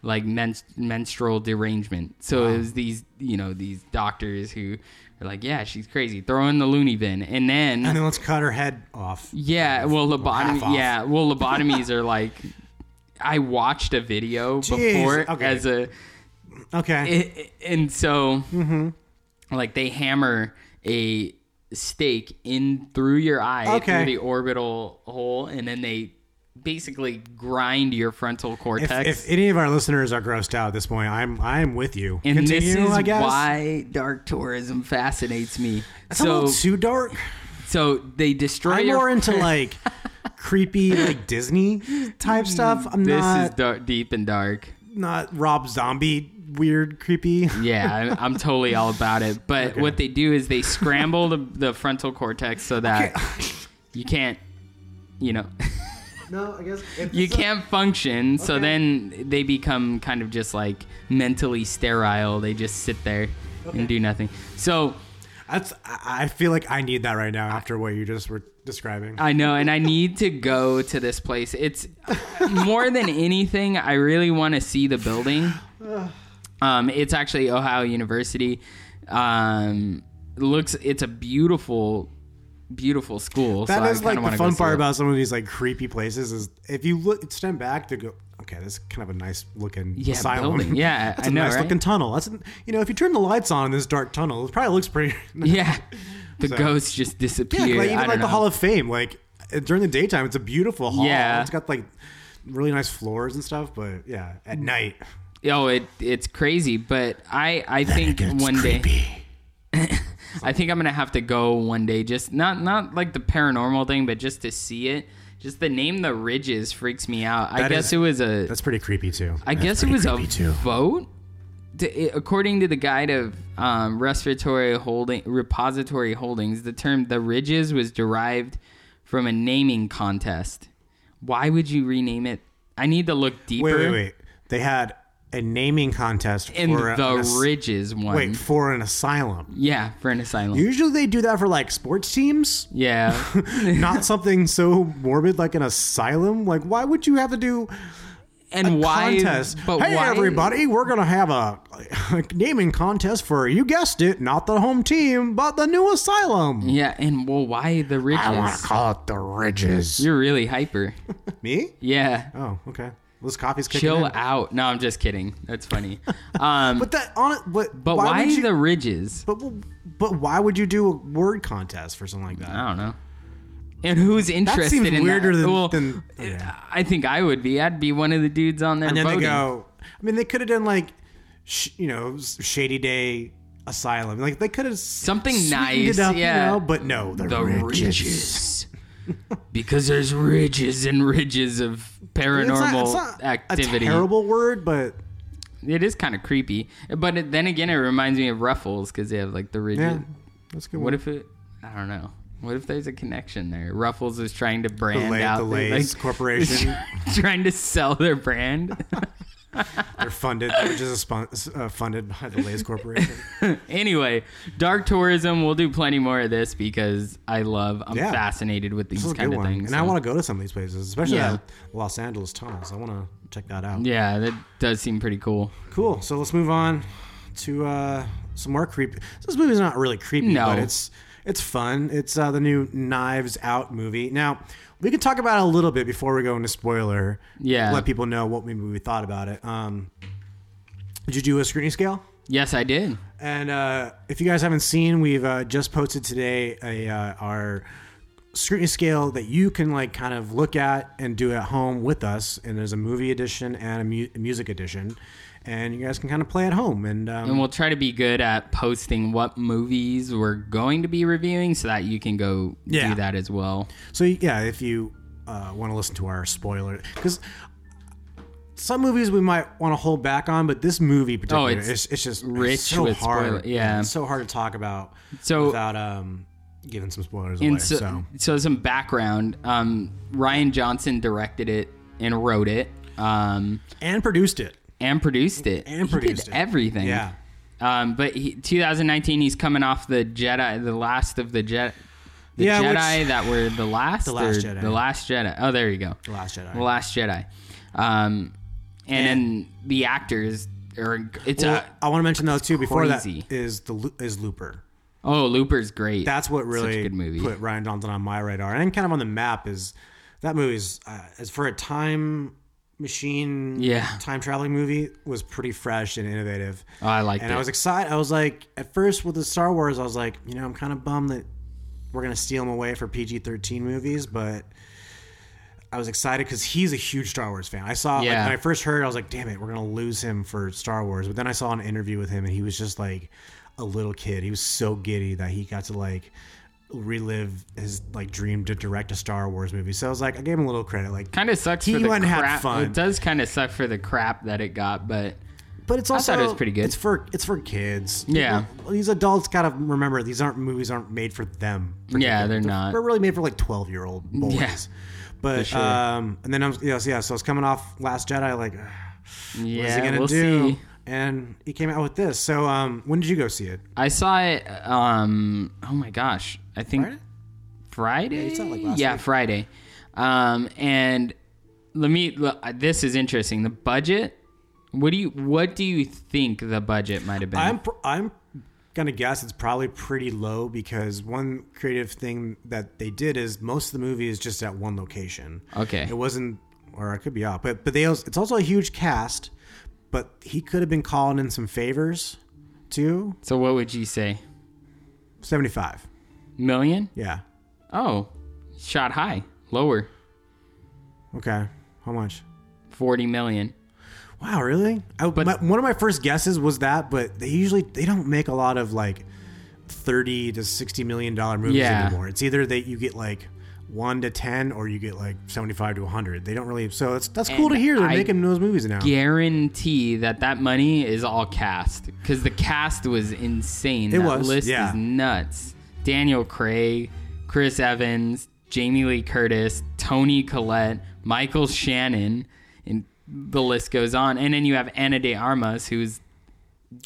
like men- menstrual derangement. So it was these, you know, these doctors who were like, yeah, she's crazy, throw in the loony bin. And then. And then let's cut her head off. Yeah, well, half lobotomy. off. Yeah, well, lobotomies are like. I watched a video Jeez, before okay. as a, Okay. i- i- and so, Mm-hmm. like they hammer a stake in through your eye Okay. through the orbital hole, and then they basically grind your frontal if, cortex. if any of our listeners are grossed out at this point, I'm I'm with you. and Continue, this is I guess. why dark tourism fascinates me. It's a so, little too dark. so they destroy. I'm your, more into like creepy like Disney type stuff. I'm Mm, this not is dar deep and dark. not Rob Zombie weird creepy. Yeah, I- I'm totally all about it. But what they do is they scramble the, the frontal cortex so that you can't, you know, no, I guess it's, you can't function. So Okay. then they become kind of just like mentally sterile. They just sit there and do nothing. So That's I I feel like I need that right now after what you just were describing. I know, and I need to go to this place. It's more than anything, I really want to see the building. Um, it's actually Ohio University. Um, looks, it's a beautiful, beautiful school. That so is I like kinda the wanna go fun see part it. about some of these like creepy places is if you look stand back to go. Okay, this is kind of a nice looking Yeah, asylum. building. Yeah, that's I a know, nice right? looking tunnel. That's an, you know if you turn the lights on in this dark tunnel, it probably looks pretty. Yeah, the ghosts just disappear. Yeah, like even I don't like know. the Hall of Fame, like during the daytime, it's a beautiful hall. Yeah. it's got like really nice floors and stuff. But yeah, Mm. at night, oh, it it's crazy. But I I think it gets one day. creepy. I think I'm gonna have to go one day. Just not not like the paranormal thing, but just to see it. Just the name, the ridges, freaks me out. I That guess is- it was a. that's pretty creepy too. I guess it was a vote. D- it- according to the guide of um, respiratory holding repository holdings, the term "the ridges" was derived from a naming contest. Why would you rename it? I need to look deeper Wait, wait, wait. They had a naming contest in for a- the an as- ridges one. Wait, for an asylum. Yeah, for an asylum. Usually they do that for like sports teams, yeah. not something so morbid like an asylum. Like, why would you have to do And why? contest? But hey, why? everybody, we're gonna have a, a naming contest for you guessed it, not the home team, but the new asylum. Yeah, and well, why the I want to ridges? call it the Ridges. You're really hyper. Me? Yeah, Oh, okay. Well, this coffee's kicking chill in. out. No, I'm just kidding. That's funny. Um, But that on it. But, but why, would you, the ridges? But but why would you do a word contest for something like that? I don't know. And who's interested seems in weirder that? than- well, uh, than- okay. I think I would be. I'd be one of the dudes on there and then voting. they go. I mean, they could have done like, sh- you know, Shady Day Asylum. Like they could have Something nice, It up, yeah. You know, but no, the, the ridges. ridges. because there's ridges and ridges of It's not- paranormal it's not activity. A terrible word, but It is kind of creepy, but it, then again, it reminds me of Ruffles because they have like the ridges. yeah, that's a good. What one. if it? I don't know. What if there's a connection there? Ruffles is trying to the, brand La- out the their, Lay's like, Corporation? trying to sell their brand, They're funded. They're just a spon- uh, funded by the Lay's Corporation. anyway, dark tourism. We'll do plenty more of this because I love. I'm Yeah. fascinated with This these is a kind good of one, things. and I want to go to some of these places, especially Yeah. that Los Angeles tunnels. I want to check that out. Yeah, that does seem pretty cool. Cool. So let's move on to uh, some more creepy. This movie's not really creepy, No. but it's it's fun. It's uh, the new Knives Out movie. Now we can talk about it a little bit before we go into spoiler. Yeah. Let people know what maybe we thought about it. Um, did you do a scrutiny scale? Yes, I did. And uh, if you guys haven't seen, we've uh, just posted today a, uh, our scrutiny scale that you can like kind of look at and do at home with us. And there's a movie edition and a, mu- a music edition, and you guys can kind of play at home. And, um, And we'll try to be good at posting what movies we're going to be reviewing so that you can go Yeah. do that as well. so yeah, if you uh, want to listen to our spoiler, because some movies we might want to hold back on, but this movie particularly, Oh, it's it's, it's, just it's rich so with hard. spoiler- yeah. it's so hard to talk about So- without um, giving some spoilers away. And so, so. so some background. Um, Ryan Johnson directed it and wrote it um, and produced it. and produced it. And He did produced it. everything. Yeah. Um, but he, 2019, he's coming off the Jedi, the last of the Jedi. The Yeah, which- Jedi that were the last, the Last Jedi. the last Jedi. Oh, there you go. The Last Jedi. The Last Jedi. Um, and, then the actors are. It's Well, a I want to mention though too before crazy. that is the Lu- is Looper. oh, Looper's great. That's what really good movie. put Ryan Johnson on my radar and kind of on the map is that movie's uh, as for a time machine Yeah. time traveling movie was pretty fresh and innovative. Oh, I liked and it. I was excited. I was like at first with the Star Wars I was like, you know, I'm kind of bummed that we're going to steal him away for PG-13 movies, but I was excited because he's a huge Star Wars fan. I saw like, Yeah. when I first heard, I was like, "Damn it, we're gonna lose him for Star Wars." But then I saw an interview with him, and he was just like a little kid. He was so giddy that he got to like relive his like dream to direct a Star Wars movie. So I was like, I gave him a little credit, like, Kind of sucks He for the went crap. and had fun. It does kind of suck for the crap that it got, but but it's thought also it was pretty good. It's for it's for kids. Yeah. People- these adults gotta remember these aren't movies aren't made for them. yeah, they're not. They're really made for like twelve year old boys. Yeah, But sure. um, and then I'm yeah, so, yeah, so I was coming off Last Jedi like. yeah, What is he gonna we'll do? see. And he came out with this. So, um, when did you go see it? I saw it. Um, oh my gosh, I think Friday? Friday. you saw it, like, last Yeah, week. Friday. Um, and let me. Look, this is interesting. The budget. What do you What do you think the budget might have been? I'm pr- I'm gonna guess it's probably pretty low because one creative thing that they did is most of the movie is just at one location. Okay. It wasn't, or I could be off, but but they also, it's also a huge cast. But he could have been calling in some favors, too. so what would you say? Seventy five. Million? Yeah. Oh, shot high. Lower. Okay. How much? Forty million. Wow, really? I, my, one of my first guesses was that, but they usually they don't make a lot of like thirty to sixty million dollar movies Yeah. anymore. It's either that you get like one to ten, or you get like seventy five to hundred. They don't really. So it's that's cool And to hear they're I making those movies now. Guarantee that that money is all cast because the cast was insane. It that was, list yeah. is nuts. Daniel Craig, Chris Evans, Jamie Lee Curtis, Tony Collette, Michael Shannon, and the list goes on. And then you have Anna de Armas, who's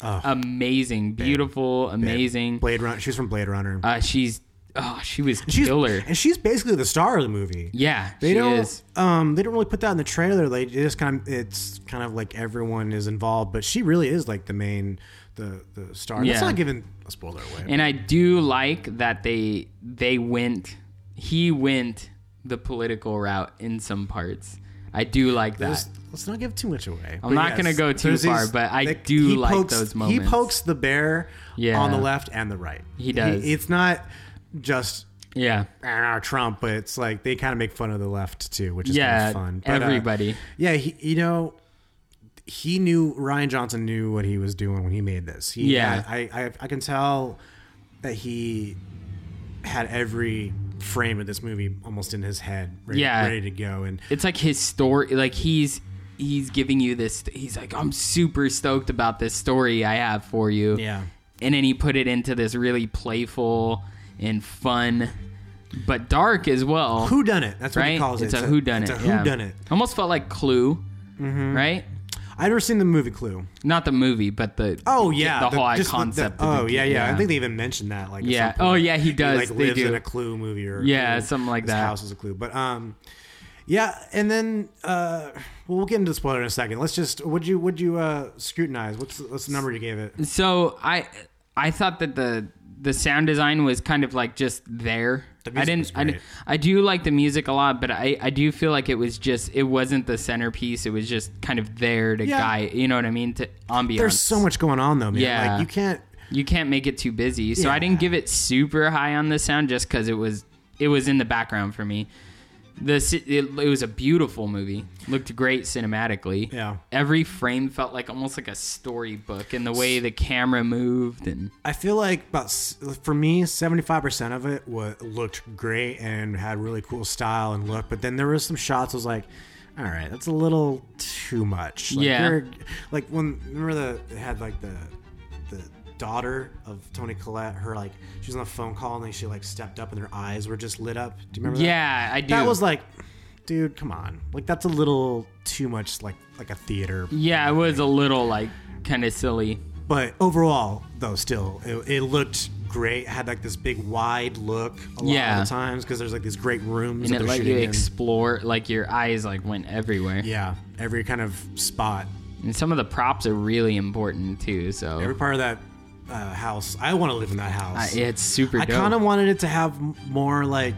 Ah. amazing, beautiful, amazing. Blade Runner. She was from Blade Runner. Uh, she's oh, she was she's killer. and she's basically the star of the movie. Yeah, They she don't. is. Um, they don't really put that in the trailer. They just kind of. It's kind of like everyone is involved, but she really is like the main, the the star. Yeah. That's not giving a spoiler away. And I do like that they they went he went the political route in some parts. I do like that. Let's- let's not give too much away. I'm not gonna go too there's far, but I do he like pokes- those He moments. pokes the bear Yeah. on the left and the right. He does. it's not just yeah. "Ah, Trump, but it's like they kind of make fun of the left too, which is kind Yeah. of fun. But, uh, everybody. yeah, he, you know, he knew Ryan Johnson knew what he was doing when he made this. He, Yeah. I, I I can tell that he had every frame of this movie almost in his head, ready, Yeah. ready to go, and it's like his story like he's he's giving you this he's like I'm super stoked about this story I have for you. yeah. And then he put it into this really playful and fun but dark as well. Who done it? That's what right? he calls it. It's a who done it. It's a Mm-hmm. who done it. Almost felt like Clue. Right? I've never seen the movie Clue. Not the movie, but the Oh yeah, the, whole just the- concept. the- of oh the- yeah, yeah, I think they even mentioned that. Like at Yeah. some point. Oh, yeah, he does. like They lives do. in a Clue movie or Yeah, Clue- something like his that. House is a Clue, but um, yeah, and then uh, well, we'll get into the spoiler in a second. Let's just would you would you uh scrutinize? What's what's the number you gave it? So I I thought that the the sound design was kind of like just there. The I music didn't, was I great. didn't- I do like the music a lot, but I I do feel like it was just it wasn't the centerpiece. It was just kind of there to Yeah. guide. You know what I mean? To ambiance. There's so much going on though, man. Yeah. Like you can't. You can't make it too busy, so I Yeah. didn't give it super high on the sound just because it was it was in the background for me. The ci- it, it was a beautiful movie. Looked great cinematically. Yeah. Every frame felt like almost like a storybook, and the way the camera moved and I feel like about s- for me, seventy five percent of it wa looked great and had really cool style and look. But then there was some shots. I was like, all right, that's a little too much. Like, Yeah. you're- Like when remember the they had like the the daughter of Tony Collette. Her like she was on a phone call and then she like stepped up and her eyes were just lit up. Do you remember? that? yeah, I do. That was like, dude, come on. Like that's a little too much. Like like a theater. yeah, it was a little like kind of silly. But overall, though, still, it, it looked great. It had like this big wide look a lot Yeah. of the times because there's like these great rooms And that it they're let you shooting in. explore, like your eyes like went everywhere. Yeah, every kind of spot, And some of the props are really important too. So every part of that uh, house. I want to live in that uh, house. it's super. I dope. kind of wanted it to have m- more like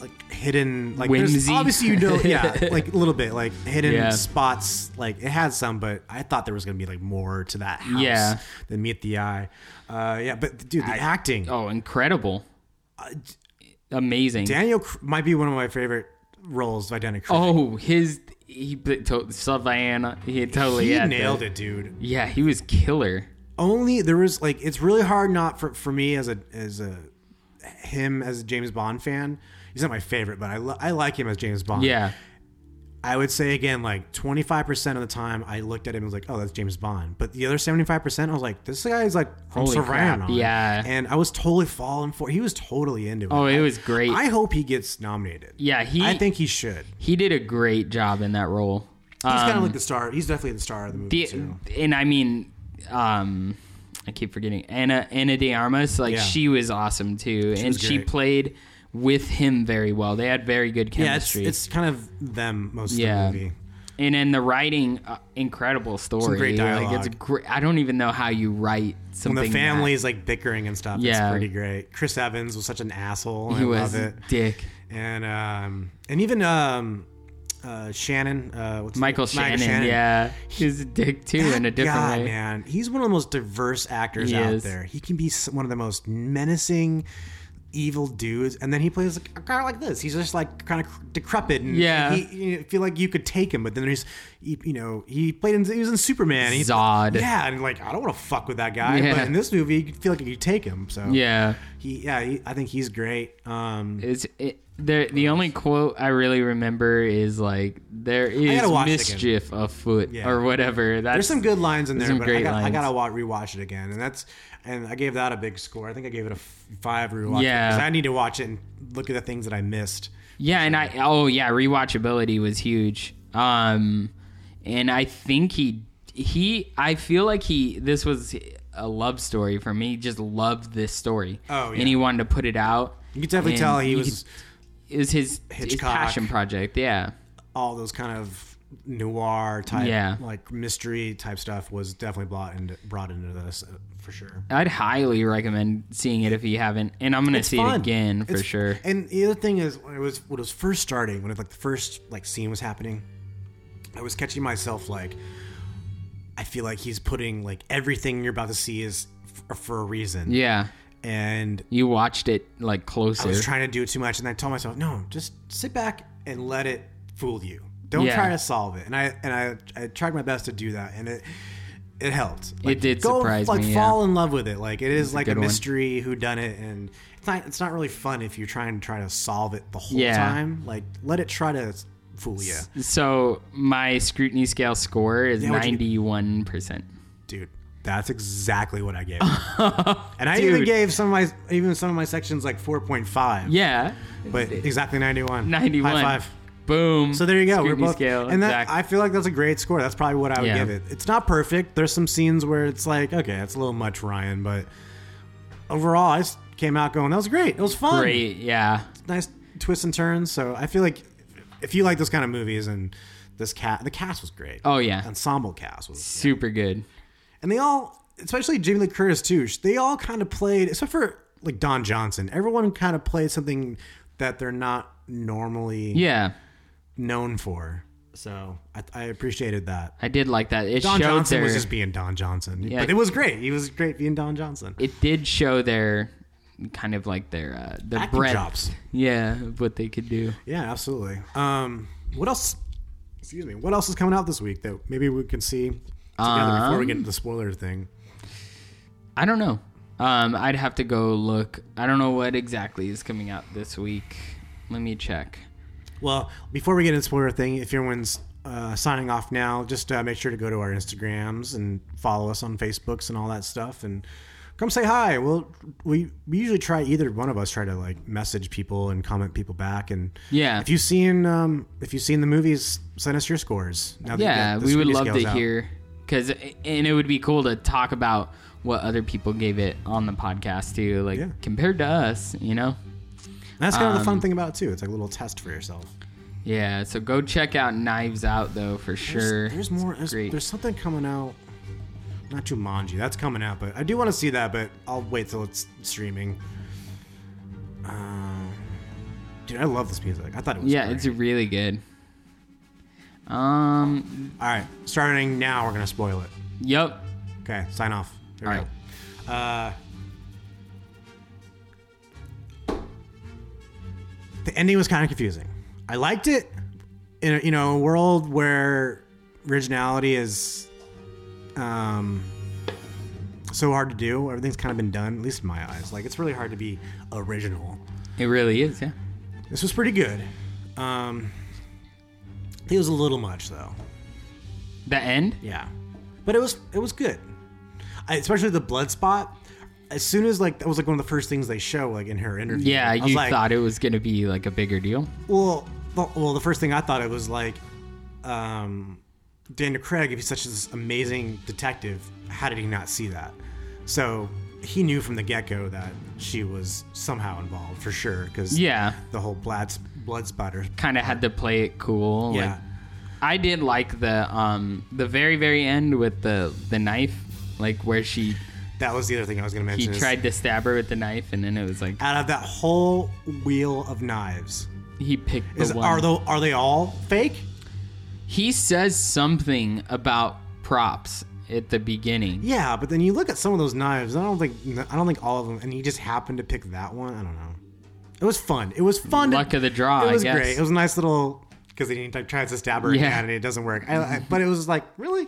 like hidden like there's- Whimsy. obviously you know yeah like a little bit like hidden Yeah. spots like it had some but I thought there was gonna be like more to that house Yeah. than meet the eye uh yeah but dude the acting Oh, incredible. Amazing. Daniel Cr- might be one of my favorite roles by Daniel. Craig. oh, his he put- to, Savannah. He totally he had nailed that. it, dude. Yeah, he was killer. Only there was like it's really hard not for for me as a as a him as a James Bond fan. He's not my favorite, but I li- I like him as James Bond. Yeah, I would say again like 25% of the time I looked at him and was like, "Oh, that's James Bond." But the other 75% I was like, "This guy is like from Holy crap, Savannah." yeah. And I was totally falling for. He was totally into it. Oh, it I- was great. I hope he gets nominated. yeah. He I think he should. he did a great job in that role. He's kind of like the star. He's definitely the star of the movie Um, The, too. and I mean, um, I keep forgetting Anna Anna De Armas. Like Yeah. she was awesome too, and was she great. played with him very well. They had very good Yeah, it's, chemistry. it's kind of them most Yeah. of the movie. and then the writing, uh, incredible story. great Like it's dialogue. great. I don't even know how you write When something. the that- family is like bickering and stuff, Yeah. it's pretty great. Chris Evans was such an asshole. he I love was it. dick. And um, and even um, uh, Shannon, uh, what's his Michael name? Shannon, yeah, he's a dick too in a That different guy, way. man, he's one of the most diverse actors He out is. there. He can be s- one of the most menacing, evil dudes, and then he plays like, a guy like this. He's just like kind of decrepit, and Yeah. he, you feel like you could take him, but then there's, he, you know, he played in, he was in Superman, he, Zod. yeah, and like I don't want to fuck with that guy, Yeah. but in this movie, you feel like you could take him. So Yeah, he, yeah, he, I think he's great. Um, it's it, there. The only quote I really remember is like, "There is gotta watch it again. mischief afoot Yeah. or whatever." That's there's some good lines in there, some but great I, got, I lines. gotta wa- rewatch it again, and that's and I gave that a big score. I think I gave it a f- five rewatch. Yeah. because I need to watch it and look at the things that I missed. Yeah, and I oh yeah, rewatchability was huge. Um and I think he he I feel like he this was a love story for me. He just loved this story. Oh, yeah. And he wanted to put it out. You could definitely And tell he you was could- it was his, his Hitchcock. passion project. Yeah. all those kind of noir type, Yeah. like mystery type stuff was definitely brought into brought into this uh, for sure. I'd highly recommend seeing it if you haven't, and I'm gonna see it fun. again for It's- sure. And the other thing is, when it was when it was first starting, when it, like the first like scene was happening, I was catching myself like, I feel like he's putting like everything you're about to see is f- for a reason. Yeah, And you watched it like closer. I was trying to do too much, and I told myself, no, just sit back and let it fool you. Don't Yeah. try to solve it. And I and I, I tried my best to do that, and it it helped. Like, did go, surprise like, me, fall in love with it. Like it is like good a one. mystery who done it, and it's not it's not really fun if you're trying to try to solve it the whole Yeah. time. Like let it try to fool you, so my scrutiny scale score is Yeah, what'd you get? ninety one percent. dude. That's exactly what I gave. it. and I even Dude. gave some of my even some of my sections like four point five. Yeah, but exactly ninety one. 91. High five. Boom. So there you go. We're Scrutiny both, scale. and that, exactly. I feel like that's a great score. That's probably what I would Yeah. give it. It's not perfect. There's some scenes where it's like, okay, that's a little much, Ryan. But overall, I just came out going, that was great. It was fun. great. Yeah. Nice twists and turns. So I feel like if you like those kind of movies and this cat, the cast was great. Oh yeah. ensemble cast was, Super good. and they all especially Jamie Lee Curtis too. sh- They all kind of played, except for like Don Johnson. Everyone kind of played something that they're not normally Yeah, known for. So I, I appreciated that. I did like that. It Don showed Johnson their was just being Don Johnson, Yeah. but it was great. He was great being Don Johnson. it did show their kind of like their uh, their Acting breadth. chops. Yeah, of what they could do. Yeah, absolutely. Um, what else? Excuse me. What else is coming out this week that maybe we can see together before we get into the spoiler thing? I don't know. Um, I'd have to go look. I don't know what exactly is coming out this week. Let me check. Well, before we get into spoiler thing, if everyone's uh, signing off now, just uh, make sure to go to our Instagrams and follow us on Facebooks and all that stuff, and come say hi. We'll we we usually try either one of us try to like message people and comment people back, and Yeah. if you've seen um, if you've seen the movies, send us your scores. Now that yeah, the we would Screen love Scale's to out. hear because and it would be cool to talk about what other people gave it on the podcast too, like Yeah. compared to us, you know. And that's kind of um, the fun thing about it too. It's like a little test for yourself. Yeah, so go check out Knives Out though for There's- sure. There's, more. It's There's, great. there's something coming out. Not Jumanji. That's coming out, but I do want to see that. But I'll wait till it's streaming. Um, dude, I love this music. I thought it was. yeah, great. it's really good. Um, all right. Starting now, we're gonna spoil it. yep. Okay, sign off. There we All go. the ending was kind of confusing. I liked it in a, you know a world where originality is um so hard to do. Everything's kind of been done, at least in my eyes. Like it's really hard to be original. It really is, yeah. This was pretty good. Um, I think it was a little much though. The end? Yeah, but it was it was good. I, especially the blood spot. As soon as like that was like one of the first things they show like in her interview. Yeah, I was you like, thought it was going to be like a bigger deal. Well, the, well, the first thing I thought it was like, um, Daniel Craig, if he's such this amazing detective, how did he not see that? So he knew from the get go that she was somehow involved for sure because Yeah. the whole blood blood spotter. Kind of had to play it cool. Yeah, Like I did like the um the very very end with the the knife, like where she that was the other thing I was gonna he mention. is tried to stab her with the knife and then it was like out of that whole wheel of knives. he picked the Is, one. are though are they all fake? he says something about props at the beginning. Yeah, but then you look at some of those knives. I don't think I don't think all of them, and he just happened to pick that one. I don't know. It was fun. It was fun. to- Luck of the draw, It was I guess. great. It was a nice little because he like, tries to stab her Yeah. again and it doesn't work. I, I, but it was like really.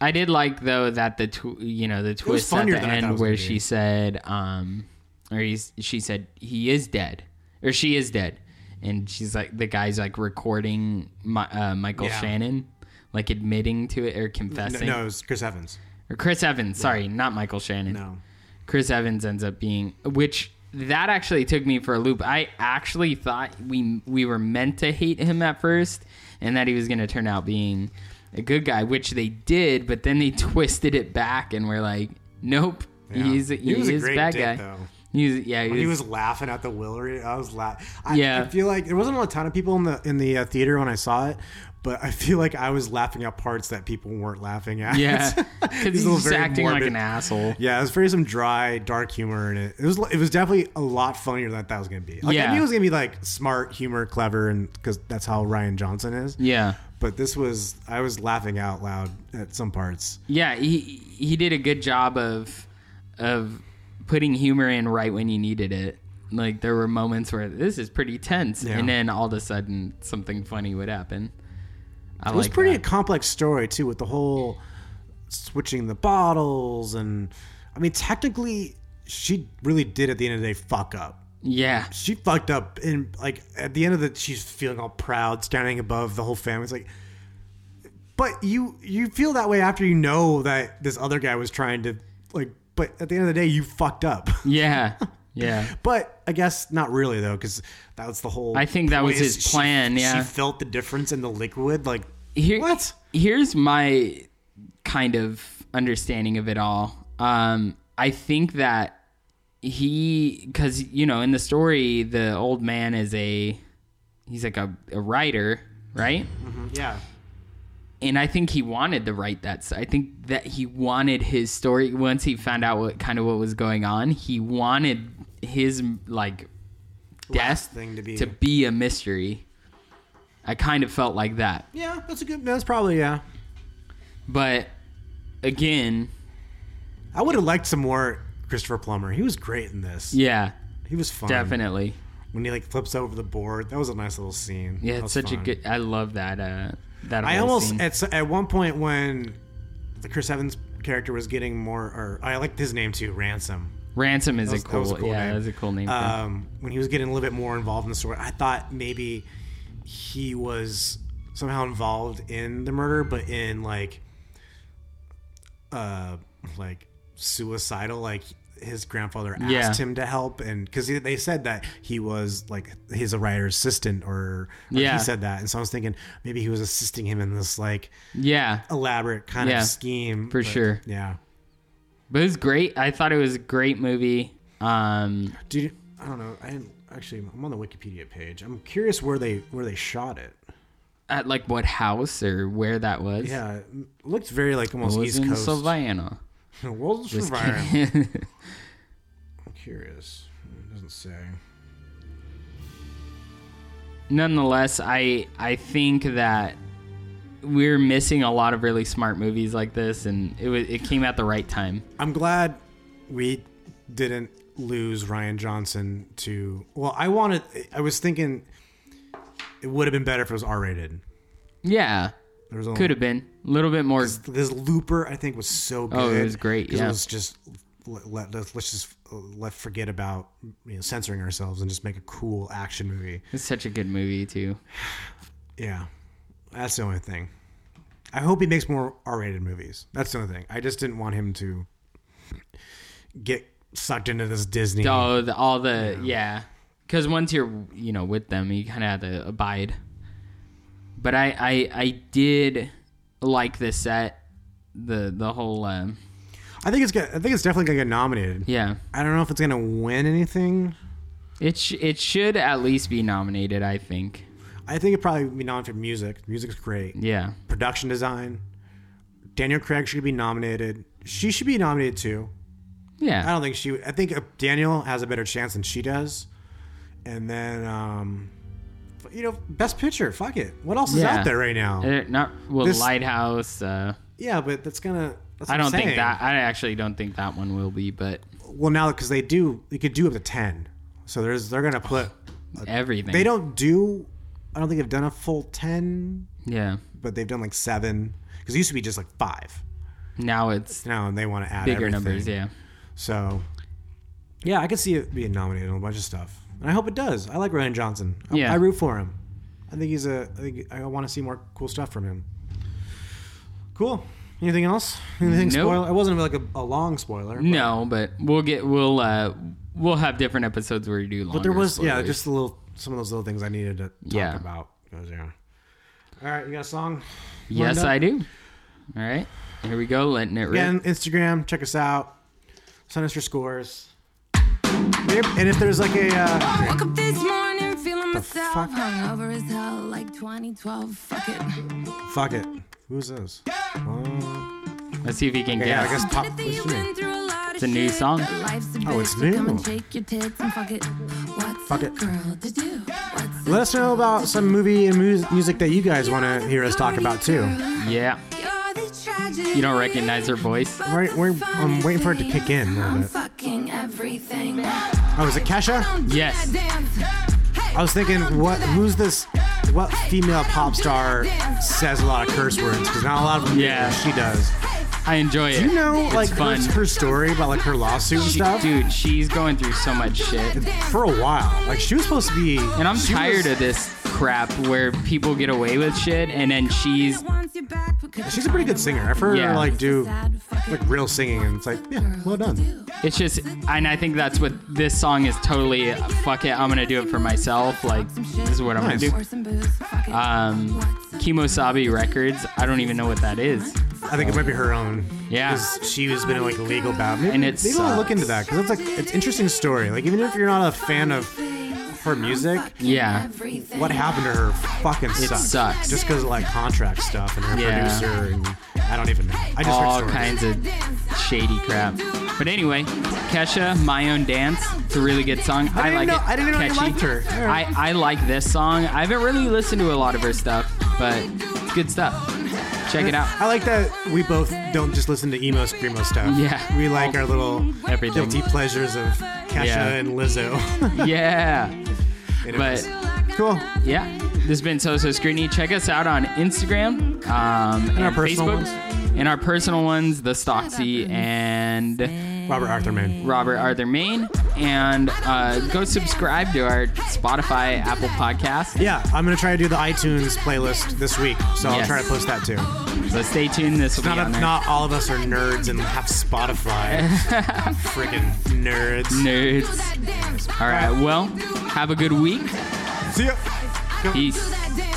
I did like though that the tw- you know the twist at funnier the than I thought it end was where gonna she be. said um or he's she said he is dead or she is dead and she's like the guy's like recording my, uh, Michael Yeah. Shannon like admitting to it or No, confessing no, it was Chris Evans. or Chris Evans sorry not Michael Shannon No, Chris Evans ends up being which that actually took me for a loop I actually thought we we were meant to hate him at first and that he was going to turn out being a good guy which they did but then they twisted it back and we're like nope Yeah. he's he, He was a is a great bad dick, guy though. he's yeah he was, he was laughing at the Willery. I was laughing. I, Yeah. I feel like there wasn't a ton of people in the in the uh, theater when I saw it, but I feel like I was laughing at parts that people weren't laughing at. yeah These because he's little just very acting like morbid- an asshole Yeah, it was pretty some dry, dark humor in it. It was it was definitely a lot funnier than I thought it was gonna be. Like, Yeah. I knew it was gonna be like smart humor, clever, and because that's how Ryan Johnson is. yeah But this was I was laughing out loud at some parts. yeah he he did a good job of of putting humor in right when you needed it like there were moments where this is pretty tense Yeah. and then all of a sudden something funny would happen I It was like pretty a that. complex story too, with the whole switching the bottles and I mean technically she really did at the end of the day fuck up. yeah She fucked up and like at the end of the she's feeling all proud, standing above the whole family. It's like But you you feel that way after you know that this other guy was trying to like but at the end of the day you fucked up. yeah yeah But I guess not really though, because that was the whole. I think that was point is his she- plan, yeah. she felt the difference in the liquid. Like Here- what? Here's my kind of understanding of it all. Um, I think that he, because you know, in the story, the old man is a he's like a, a writer, right? mm, Yeah. and I think he wanted to write that. s- I think that he wanted his story once he found out what kind of what was going on. He wanted his like Last death thing to be- to be a mystery. I kind of felt like that, Yeah, that's a good. That's probably yeah. but again, I would have liked some more Christopher Plummer. He was great in this. yeah, He was fun. definitely. When he like flips over the board, that was a nice little scene. Yeah, That it's was such a fun. good. I love that. Uh, that I whole almost scene. at s- at one point when the Chris Evans character was getting more, or I liked his name too, Ransom. ransom is e-, That was- a that was cool. a cool yeah, name. that's a cool name. for him. Um, when he was getting a little bit more involved in the story, I thought maybe he was somehow involved in the murder, but in like, uh, like suicidal, like his grandfather asked Yeah. him to help, and because they said that he was like he's a writer's assistant, or, or Yeah. he said that, and so I was thinking maybe he was assisting him in this like yeah, elaborate kind Yeah, of scheme for but, sure. Yeah, but it was great. I thought it was a great movie. Um, dude. I don't know. I didn't, actually, I'm on the Wikipedia page. I'm curious where they where they shot it. at like what house or where that was? Yeah, it looked very like it almost was East in Coast. Savannah. World Just Survivor. kidding. I'm curious. It doesn't say. Nonetheless, I I think that we're missing a lot of really smart movies like this, and it was it came at the right time. I'm glad we didn't lose Ryan Johnson to. Well, I wanted. I was thinking it would have been better if it was R-rated. Yeah, There was only, could have been a little bit more. This Looper, I think, was so good. Oh, it was great, 'cause yeah. it was just let, let us let's just uh, let forget about you know, censoring ourselves and just make a cool action movie. It's such a good movie too. Yeah, that's the only thing. I hope he makes more R-rated movies. That's the only thing. I just didn't want him to get sucked into this Disney. Oh, the, all the yeah, because once you're you know with them, you kind of have to abide. But I I I did like this set, the the whole um, I think it's gonna, I think it's definitely gonna get nominated. yeah. I don't know if it's gonna win anything. It sh- it should at least be nominated. I think. I think it probably be nominated for music. Music's great. Yeah. Production design. Daniel Craig should be nominated. She should be nominated too. I Yeah. don't think she. would- I think uh, Daniel has a better chance than she does. And then, um, you know, best picture. Fuck it. What else is Yeah. out there right now? Uh, Not well, This- Lighthouse. Uh, Yeah, but that's gonna. That's I what I'm don't think saying. that. I actually don't think that one will be, but Well, now because they do, they could do up to ten. So there's they're gonna put. everything. They don't do. I don't think they've done a full ten, Yeah. but they've done like seven. Because it used to be just like five. Now it's Now and they want to add bigger everything. numbers. Yeah. So. Yeah, I could see it being nominated on a bunch of stuff, and I hope it does. I like Ryan Johnson. I, Yeah. I root for him. I think he's a. I think I want to see more cool stuff from him. Cool. Anything else? Anything Nope. spoiler? It wasn't like a, a long spoiler. but- No, but we'll get we'll uh we'll have different episodes where you do. Longer But there was yeah, spoilers. just a little some of those little things I needed to talk Yeah. about. 'Cause, yeah. All right, you got a song? yes, Linda? I do. All right, here we go. Letting it rip. Again, Instagram, check us out. Sinister scores. Yep, And if there's like a uh, Woke up this morning feeling myself fuck? hungover as hell like 2012. Fuck it. fuck it, who's this? Oh, Let's see if you can yeah, I guess. guess pop. Admit that What's you've your name? been through a lot of It's a new shit, song. but life's a Oh, bitch, it's so Come new. and shake your tits and fuck it. What's Fuck a it. girl to do? What's a Let us know about some movie and mu- music that you guys want to hear us talk about too. Yeah, You you don't recognize her voice. Right, we're, I'm waiting for it to kick in a little bit. Fucking everything. Oh, is it Kesha? Yes. I was thinking, what? Who's this? What female pop star says a lot of curse words? Because not a lot of them. do, Yeah. she does. I enjoy it. Do you know like her, fun. her story about like her lawsuit and She- stuff? dude, she's going through so much shit, For a while, like she was supposed to be. and I'm she tired was- of this crap where people get away with shit and then she's She's a pretty good singer. I've heard Yeah. her like do like real singing, and it's like, yeah, well done. It's just, and I think that's what this song is totally. uh, Fuck it, I'm gonna do it for myself. Like this is what I'm Nice. gonna do. Um, Kimosabi Records. I don't even know what that is. I think it might be her own. Yeah. 'Cause she was been in like legal battle. Maybe, And it maybe I'll look sucks. into that because it's like it's interesting story. Like even if you're not a fan of for music. Yeah. Everything. What happened to her fucking sucks. sucks. Just because of like contract stuff and her Yeah. producer and I don't even know. I just heard all stories. kinds of shady crap. But anyway, Kesha, My Own Dance, it's a really good song. I, didn't like know- it. I didn't know you Catchy. liked her. Yeah. I, I like this song. I haven't really listened to a lot of her stuff, but it's good stuff. Check it out. I like that we both don't just listen to emo screamo stuff. Yeah. We like our little Everything. guilty pleasures of Kesha Yeah. and Lizzo. Yeah. Anyways. But cool. yeah, this has been So So Scrutiny. Check us out on Instagram um, and our personal Facebook. ones. And our personal ones, The Stoxy and. Robert Arthur man. Robert Arthur Main, and uh, go subscribe to our Spotify, Apple Podcast. Yeah, I'm gonna try to do the iTunes playlist this week, so I'll Yes. try to post that too. So stay tuned. This will be Not, on a, there. not all of us are nerds and have Spotify. Friggin' nerds. Nerds. All right. Well, have a good week. See ya. Peace. That dance.